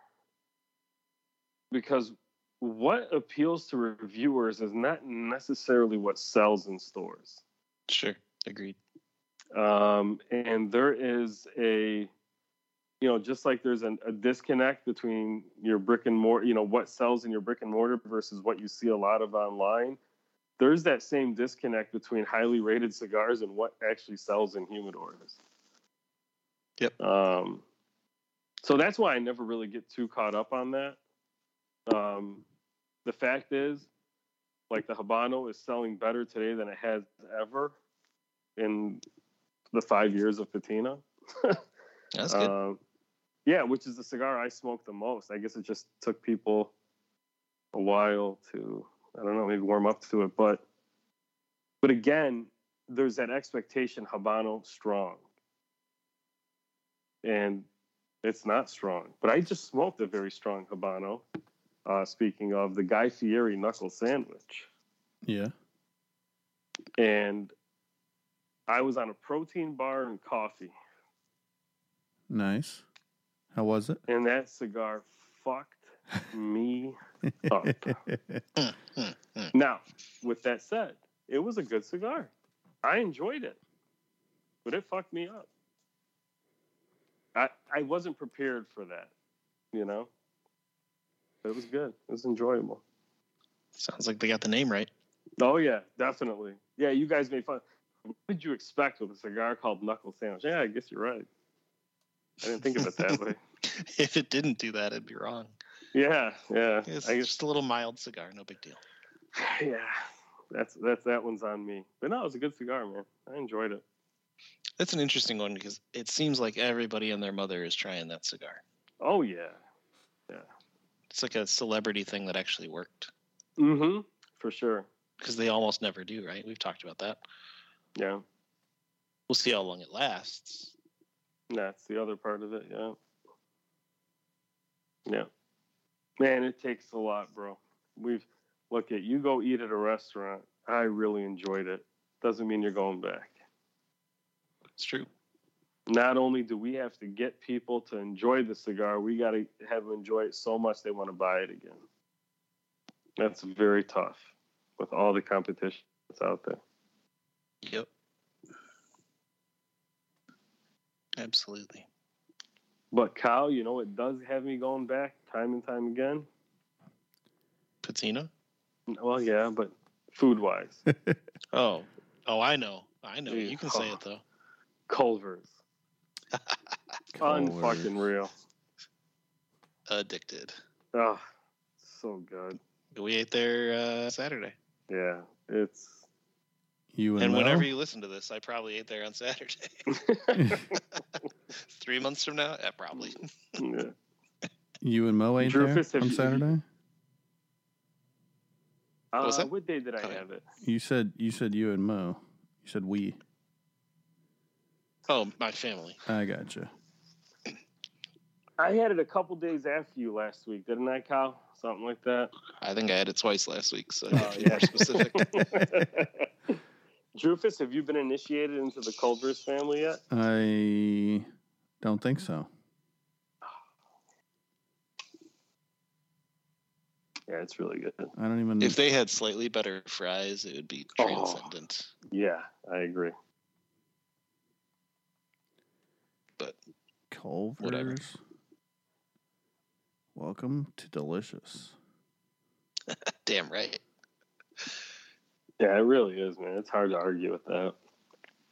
because what appeals to reviewers is not necessarily what sells in stores Sure. Agreed. um, and there is a you know just like there's an, a disconnect between your brick and mortar you know what sells in your brick and mortar versus what you see a lot of online there's that same disconnect between highly rated cigars and what actually sells in humidors Yep. um, so that's why i never really get too caught up on that um, the fact is like the habano is selling better today than it has ever in the five years of patina. That's good. Um, yeah, which is the cigar I smoke the most. I guess it just took people a while to, I don't know, maybe warm up to it. But, but again, there's that expectation Habano strong, and it's not strong. But I just smoked a very strong Habano. Uh, speaking of the Guy Fieri knuckle sandwich yeah. and I was on a protein bar and coffee, Nice. How was it? and that cigar fucked me up. Now, with that said, it was a good cigar. I enjoyed it, but it fucked me up. I I wasn't prepared for that, you know. It was good. It was enjoyable. Sounds like they got the name right. Oh yeah, definitely. Yeah, you guys made fun. What did you expect with a cigar called Knuckle Sandwich? Yeah, I guess you're right. I didn't think of it that way. if it didn't do that, it'd be wrong. Yeah, yeah. It's I guess, just a little mild cigar, no big deal. yeah. That's that's that one's on me. But no, it was a good cigar, man. I enjoyed it. That's an interesting one because it seems like everybody and their mother is trying that cigar. Oh yeah. It's like a celebrity thing that actually worked Mm-hmm. For sure. because they almost never do, right? We've talked about that. Yeah. We'll see how long it lasts. That's the other part of it, yeah. Yeah. Man, it takes a lot, bro. We've look at you go eat at a restaurant. I really enjoyed it. Doesn't mean you're going back. It's true. Not only do we have to get people to enjoy the cigar, we got to have them enjoy it so much they want to buy it again. That's very tough with all the competition that's out there. Yep. Absolutely. But Kyle, you know what does have me going back time and time again? Patina? Well, yeah, but food wise, Oh. Oh, I know. I know. Yeah. You can say it though. Culver's. Unfucking real. Addicted. Oh, so good. We ate there uh, Saturday. Yeah, it's. You and, And whenever Mel? you listen to this, I probably ate there on Saturday. Three months from now? Yeah, probably. yeah. you and Mo ain't Drew there Fist, have on you- Saturday. Uh, was that? What day did I Oh, yeah. have it? You said you said you and Mo. You said we. Oh, my family. I gotcha. I had it a couple days after you last week, didn't I, Kyle? Something like that. I think I had it twice last week, so Oh, if you're more specific. Drufus, have you been initiated into the Culver's family yet? I don't think so. Yeah, it's really good. I don't even. If they had slightly better fries, it would be Oh. transcendent. Yeah, I agree. Culver's. Whatever. Welcome to Delicious. Damn right. Yeah, it really is, man. It's hard to argue with that.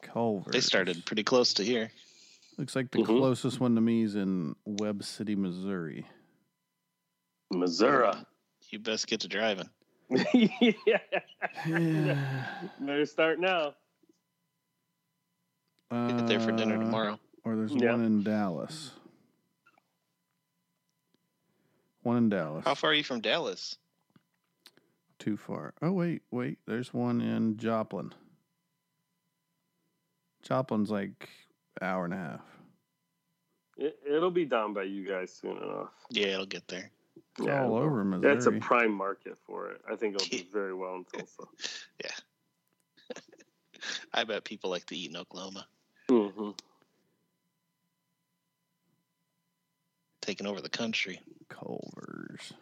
Culver's. They started Mm-hmm. pretty close to here. Looks like the Mhm. closest one to me is in Webb City, Missouri. Missouri. You best get to driving. yeah. Yeah. Better start now. Get there for dinner Uh, tomorrow. Or there's Yeah. one in Dallas. One in Dallas. How far are you from Dallas? Too far. Oh wait, wait. There's one in Joplin. Joplin's like hour and a half. It, it'll be down by you guys soon enough. Yeah, it'll get there. It's all over Missouri. That's a prime market for it. I think it'll do very well in Tulsa. I bet people like to eat in Oklahoma. hmm Taking over the country. Culver's.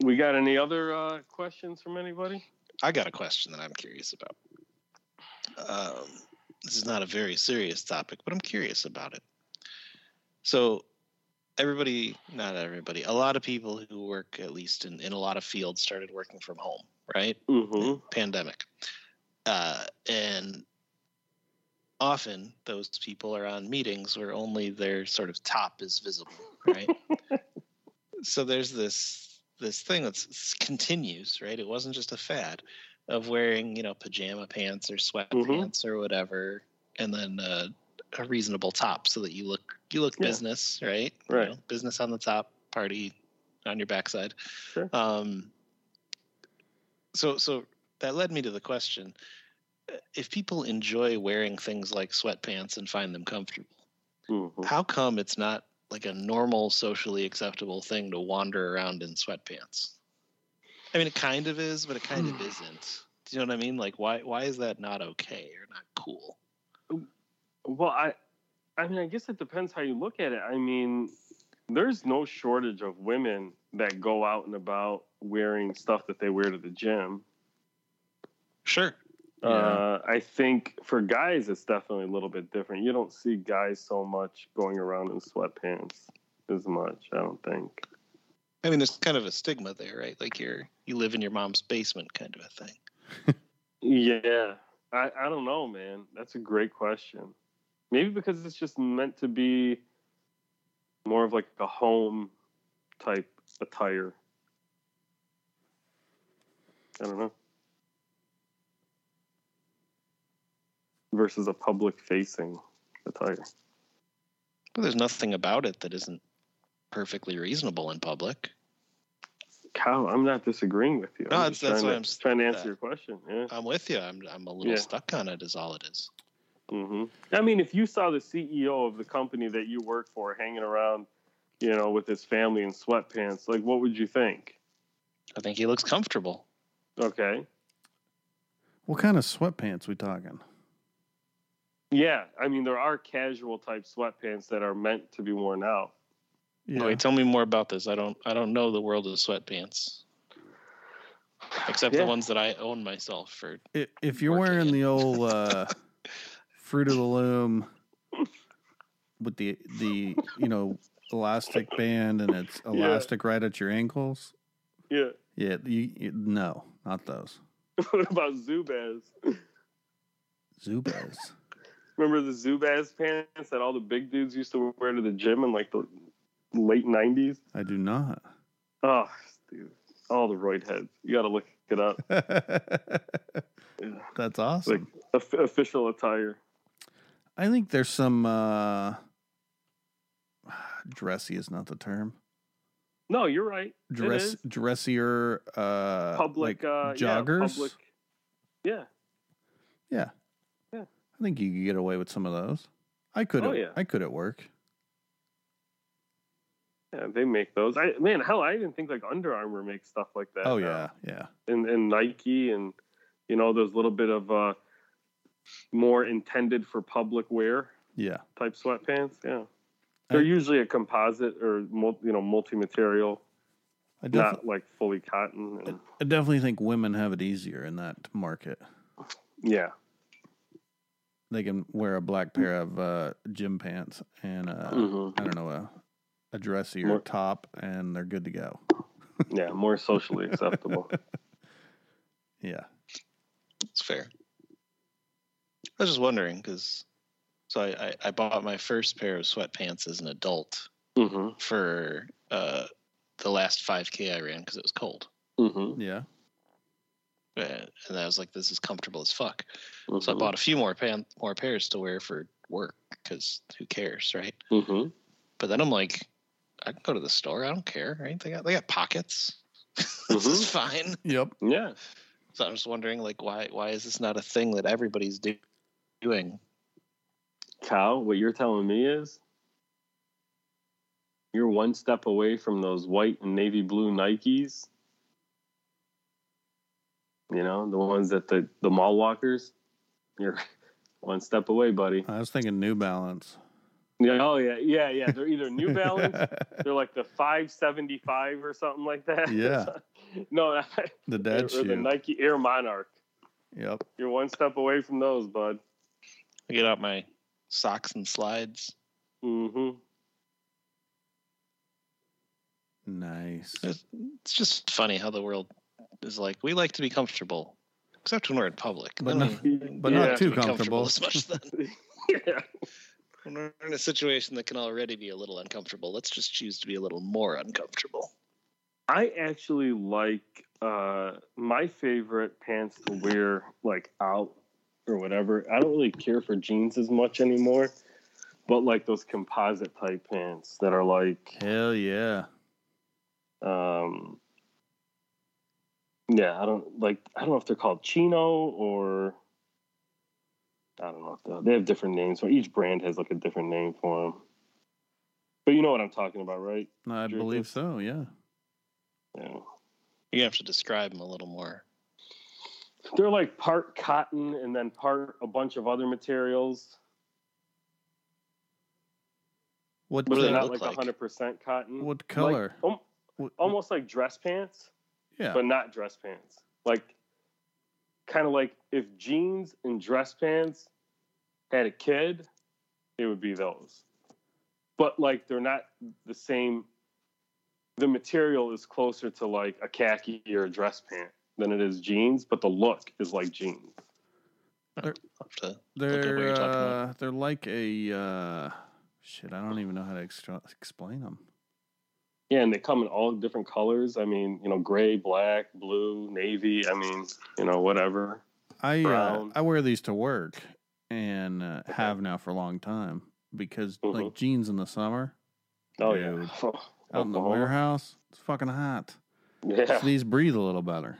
We got any other uh, questions from anybody? I got a question that I'm curious about. Um, this is not a very serious topic, but I'm curious about it. So, everybody, not everybody, a lot of people who work, at least in, in a lot of fields, started working from home, right? Mm-hmm. Pandemic. Uh, and often those people are on meetings where only their sort of top is visible, right? so there's this this thing that's continues right it wasn't just a fad of wearing you know pajama pants or sweatpants or whatever and then uh, a reasonable top so that you look you look Yeah. business right You Right. know, business on the top party on your backside Sure. um so so that led me to the question uh, if people enjoy wearing things like sweatpants and find them comfortable Mm-hmm. how come it's not like a normal socially acceptable thing to wander around in sweatpants i mean it kind of is but it kind of isn't do you know what i mean like why why is that not okay or not cool Well, I, I mean, I guess it depends how you look at it. I mean, there's no shortage of women that go out and about wearing stuff that they wear to the gym. sure Uh, I think for guys, it's definitely a little bit different. You don't see guys so much going around in sweatpants as much. I don't think. i mean there's kind of a stigma there right like you're you live in your mom's basement kind of a thing Yeah, I, I don't know, man. That's a great question. Maybe because it's just meant to be more of like a home type attire. I don't know. Versus a public facing attire. but there's nothing about it that isn't perfectly reasonable in public Kyle, I'm not disagreeing with you. No, I'm that's- just that's trying why to, I'm s- trying to answer that. your question. Yeah. i'm with you i'm, I'm a little Yeah. stuck on it is all it is hmm I mean, if you saw the CEO of the company that you work for hanging around, you know, with his family in sweatpants, like, what would you think? i think he looks comfortable Okay. What kind of sweatpants we talking? Yeah. I mean, there are casual type sweatpants that are meant to be worn out. Yeah. Wait, tell me more about this. I don't I don't know the world of sweatpants. Except Yeah. the ones that I own myself for I- if you're Working wearing it. the old uh, fruit of the loom with the the you know elastic band and it's elastic right at your ankles, Yeah. yeah, you, you no, not those what about Zubaz? Zubas. Remember the Zubaz pants that all the big dudes used to wear to the gym in like the late 90s? I do not. Oh, dude. All the roid heads. You got to look it up. That's awesome. Of- official attire. I think there's some uh, dressy is not the term. No, you're right. It Dress is. dressier uh public like uh, joggers. Yeah, public, yeah. Yeah. Yeah. I think you could get away with some of those. I could Oh, at- yeah. I could at work. Yeah, they make those. I man, hell, I even think like Under Armour makes stuff like that. Oh now. yeah, yeah. and, and Nike and you know those little bit of uh, more intended for public wear Yeah. type sweatpants. Yeah, they're I- usually a composite or mul- you know multi material, I, def- Uh, not like fully cotton. And, I definitely think women have it easier in that market. yeah, They can wear a black pair of uh, gym pants and uh, hmm I don't know a, a dressier More- top, and they're good to go. yeah, more socially acceptable. Yeah. It's fair. I was just wondering because, so I, I I bought my first pair of sweatpants as an adult hmm for uh the last 5K I ran because it was cold, hmm Yeah. Uh, and I was like, this is comfortable as fuck. So I Mhm. bought a few more pan- more pairs to wear for work because who cares, right? Mhm. But then I'm like, I can go to the store. I don't care, right? They got they got pockets. this is fine. Yep. Yeah, So I'm just wondering, like, why why is this not a thing that everybody's do- doing? cow. What you're telling me is you're one step away from those white and navy blue Nikes. You know, the ones that the the mall walkers. You're one step away, buddy. I was thinking New Balance. Yeah, oh yeah, yeah, yeah. They're either New Balance. They're like the 575 or something like that. Yeah. no, or the dad shoe. the Nike Air Monarch. Yep. You're one step away from those, bud. I get out my socks and slides. hmm Nice. It's, it's just funny how the world is like. We like to be comfortable, except when we're in public. But Then not- we but don't not have too to be comfortable. as much then. yeah. When we're in a situation that can already be a little uncomfortable, let's just choose to be a little more uncomfortable. I actually like uh, my favorite pants to wear like out or whatever. I don't really care for jeans as much anymore, but like those composite type pants that are like, Hell yeah. um, yeah, I don't like. I don't know if they're called chino or I don't know. If they're- they have different names. For each brand has like a different name for them. But you know what I'm talking about, right? I Sure. believe so. Yeah. Yeah. You have to describe them a little more. They're like part cotton and then part a bunch of other materials, What but do they're they not look like like? hundred percent cotton. what color? Like, al- What- almost like dress pants, yeah. but not dress pants. Like, kind of like if jeans and dress pants had a kid, it would be those. But like they're not the same. The material is closer to like a khaki or a dress pant than it is jeans, but the look is like jeans. I'll have to- what They're you're talking uh, about. they're like a uh, shit. I don't even know how to extra- explain them. Yeah, and they come in all different colors. I mean, you know, gray, black, blue, navy. I mean, you know, whatever. I uh, Brown. I wear these to work and uh, Okay. have now for a long time because like Mhm. jeans in the summer Oh Dude. yeah. out in the Oklahoma. warehouse, it's fucking hot. Yeah. So these breathe a little better.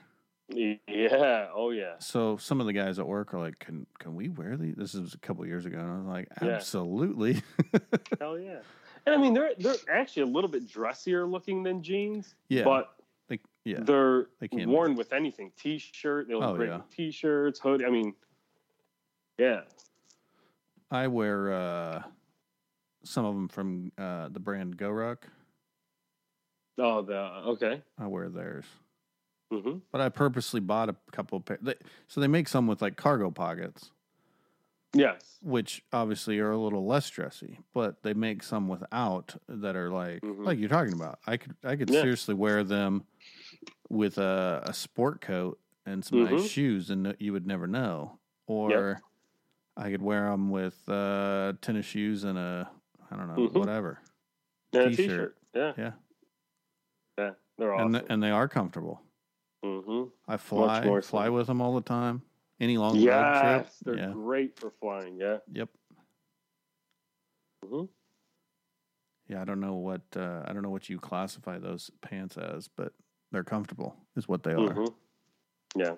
Yeah. Oh yeah. So some of the guys at work are like, "Can can we wear these?" This was a couple years ago, and I was like, Yeah. "Absolutely." Hell yeah. And I mean, they're they're actually a little bit dressier looking than jeans. Yeah. But Like, yeah, they're They can be. worn with anything. T-shirt. They look Oh, great yeah. with t-shirts, hoodie. I mean, yeah. I wear uh, some of them from uh, the brand Goruk. Oh, the okay. I wear theirs. Mm-hmm. But I purposely bought a couple of pairs. They, so they make some with like cargo pockets, Yes. which obviously are a little less dressy. But they make some without that are like Mhm. like you're talking about. I could I could Yeah. seriously wear them with a, a sport coat and some nice Mhm. shoes, and no- you would never know. Or I could wear them with uh, tennis shoes and a I don't know Mhm. whatever. And a T-shirt. t-shirt. Yeah. Yeah. Yeah. They're And awesome. th- and they are comfortable. mm-hmm. I fly more fly so. with them all the time. Any long road Yes, trip. they're great for flying. Yeah. Yep. Mm-hmm. Mhm. Yeah, I don't know what uh, I don't know what you classify those pants as, but they're comfortable is what they are. Mm-hmm. Mhm. Yeah.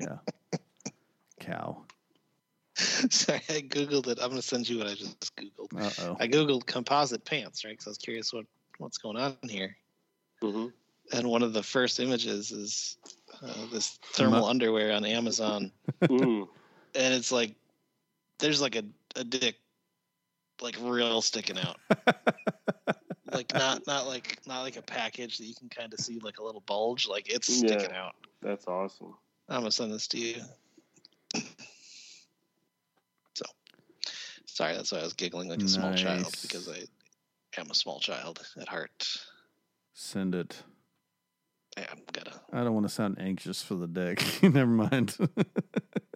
Yeah. Cow. Sorry, I googled it. I'm gonna send you what I just googled. Uh oh. I googled composite pants, right? Because I was curious what what's going on here. hmm And one of the first images is uh, this thermal Mu- underwear on Amazon, mm. and it's like there's like a, a dick like real sticking out, like not not like not like a package that you can kind of see like a little bulge, like it's Yeah. sticking out. That's awesome. I'm gonna send this to you. So, sorry, that's why I was giggling like a small child Nice. because I am a small child at heart. Send it. I am gonna. I don't want to sound anxious for the dick. Never mind.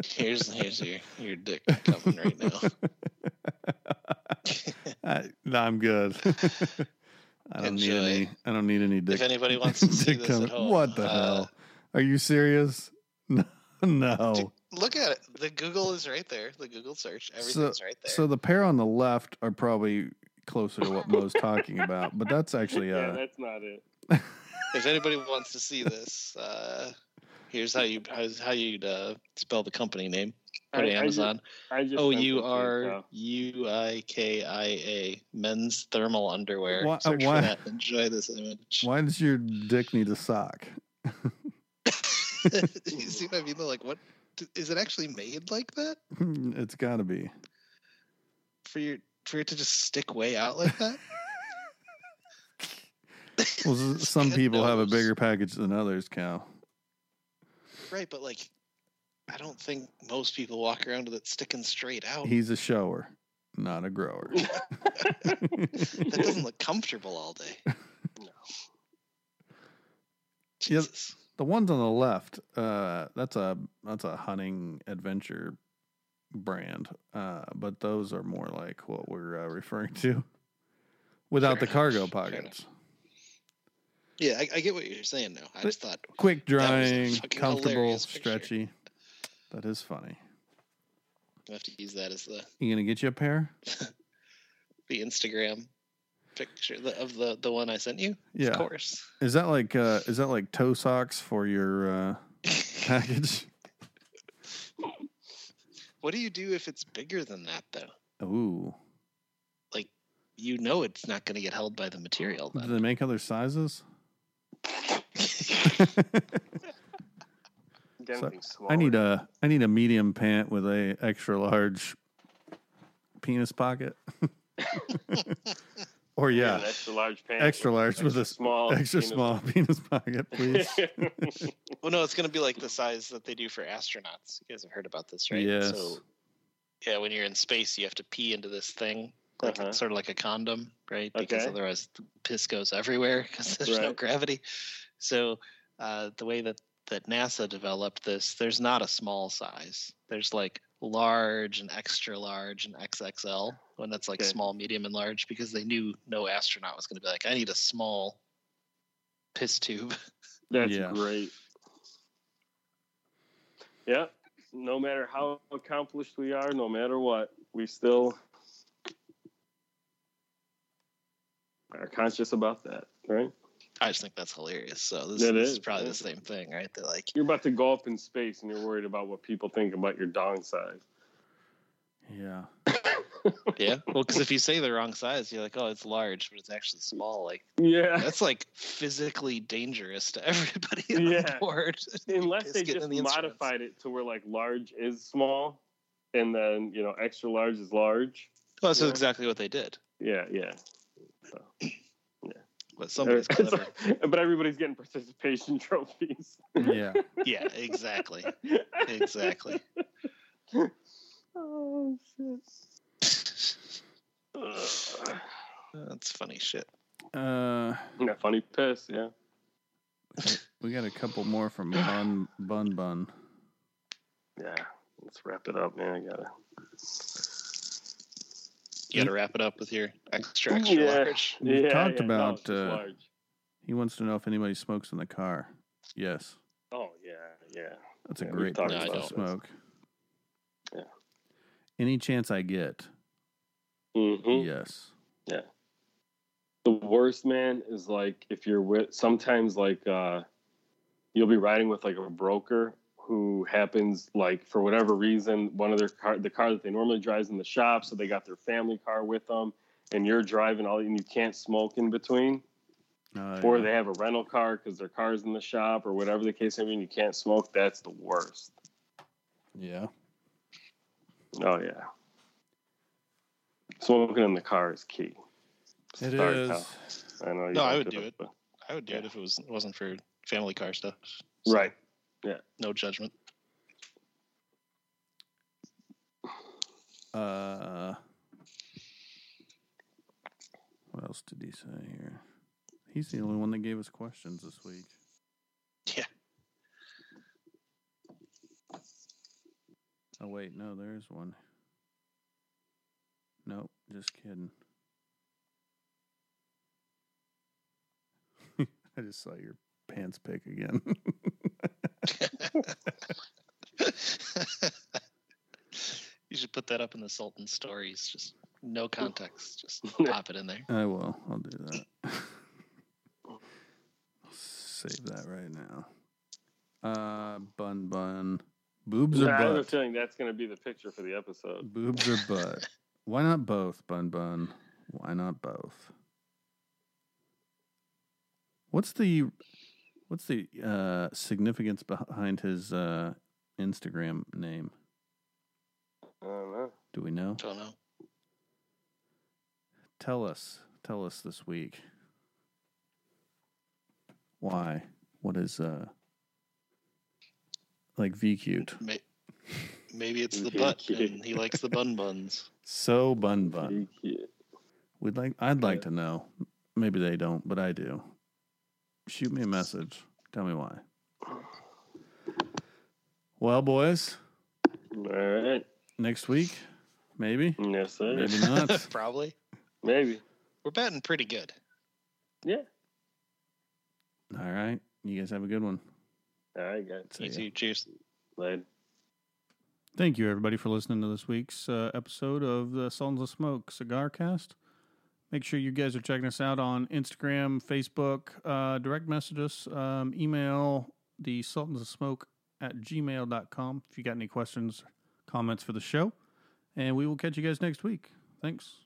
Here's here's your your dick coming right now. I, no, I'm good. I don't need Enjoy. any. I don't need any dick. if anybody wants to see dick this coming- at home, What the uh, hell? Are you serious? No. no. Look at it. The Google is right there. The Google search, everything's right there. So the pair on the left are probably closer to what Mo's talking about, but that's actually Yeah, uh, that's not it. if anybody wants to see this, uh, here's how you how's how you'd uh, spell the company name. Go to I- I just- Amazon. I just O sent it to U you, R pal. U I K I A men's thermal underwear. Why- uh, Search why- for that. Enjoy this image. why does your dick need a sock? you see what I mean? Though, Like, what is it actually made like that it's got to be. for your for it to just stick way out like that? Well, s- some Good people have a nose. bigger package than others, Cal. right, but like, I don't think most people walk around with it sticking straight out. He's a shower, not a grower. That doesn't look comfortable all day. No. Jesus. the ones on the left, uh, that's a that's a hunting adventure brand, uh, but those are more like what we're uh, referring to, without Fair the cargo enough, fair enough. pockets. Yeah, I, I get what you're saying now. I But- just thought Quick was a drying, fucking comfortable, hilarious picture. stretchy. That is funny. I have to use that as the You gonna get you a pair? the Instagram picture the, of the the one I sent you. Yeah. of course. Is that like uh, is that like toe socks for your uh, package? what do you do if it's bigger than that though? Ooh, You know it's not going to get held by the material. do Then. they make other sizes? Get So, anything smaller. I need a I need a medium pant with a extra large penis pocket. or an yeah, extra large pants. extra large with a s- small. extra penis. small penis pocket, please. well, no, it's going to be like the size that they do for astronauts. You guys have heard about this, right? Yes. So, yeah, when you're in space, you have to pee into this thing, like Uh-huh. it's sort of like a condom, right? Because Okay. otherwise, the piss goes everywhere because there's no Right. gravity. So, uh, the way that that NASA developed this, there's not a small size. There's like large and extra large and XXL, and that's like Okay. small, medium, and large because they knew no astronaut was going to be like, I need a small piss tube. That's Yeah. great. Yeah. No matter how accomplished we are, no matter what, we still are conscious about that, right? I just think that's hilarious. So this, It this is is, probably yeah. the same thing, right? They're like, You're about to go up in space and you're worried about what people think about your dong size. yeah. yeah, well, because if you say the wrong size, you're like, oh, it's large, but it's actually small. Like Yeah. that's like physically dangerous to everybody on Yeah. board. Unless they Just get just in the instruments. modified it to where like large is small and then, you know, extra large is large. Well, that's Yeah. exactly what they did. Yeah, yeah. But somebody's clever. but everybody's getting participation trophies. Yeah. yeah, exactly, exactly. Oh shit. That's funny shit. Uh Yeah, funny piss, yeah. we got a couple more from Bun Bun Bun. Yeah. Let's wrap it up, man. I gotta You got to wrap it up with your extra extra Yeah. large. We've yeah, talked yeah, no, about it's just uh, large. he wants to know if anybody smokes in the car. Yes. Oh yeah, yeah. That's a Yeah, we've great talked place about to this. smoke. Yeah. Any chance I get? hmm Yes. the worst man is like if you're with sometimes like uh you'll be riding with like a broker who happens like for whatever reason one of their car the car that they normally drives in the shop so they got their family car with them and you're driving all and you can't smoke in between Uh, or yeah. they have a rental car because their car's in the shop or whatever the case may be and you can't smoke that's the worst yeah. oh yeah smoking in the car is key It Start is. out. i know you No, I don't would do it. but- I would do it if it was wasn't for family car stuff. So, right No judgment. Uh, what else did he say here? He's the only one that gave us questions this week. Yeah. Oh wait, no, there is one. Nope, just kidding. I just saw your pants pick again. you should put that up in the Sultan stories. Just no context. Just pop it in there. I will. Oh, I'll do that. I'll Save that right now. Uh, bun bun, boobs or i have a butt? feeling that's going to be the picture for the episode Boobs or butt? Why not both, bun bun? Why not both? What's the what's the uh, significance behind his uh, Instagram name? i don't know Do we know? Don't know. Tell us. Tell us this week. Why? What is uh like V cute? May- Maybe it's the Okay, butt, okay. and he likes the bun buns. So bun bun. Pretty cute. We'd like I'd like to know. Maybe they don't, but I do. Shoot me a message. Tell me why. Well, boys, all right next week, maybe. yes sir Maybe not. Probably. maybe. We're batting pretty good. All right. You guys have a good one. All right, guys. See ya. Easy. Cheers. Later. Thank you, everybody, for listening to this week's uh, episode of the Sons of Smoke Cigar Cast. Make sure you guys are checking us out on Instagram, Facebook, uh, direct message us, um, email the Sultans of Smoke at gmail.com if you got any questions, comments for the show. And we will catch you guys next week. Thanks.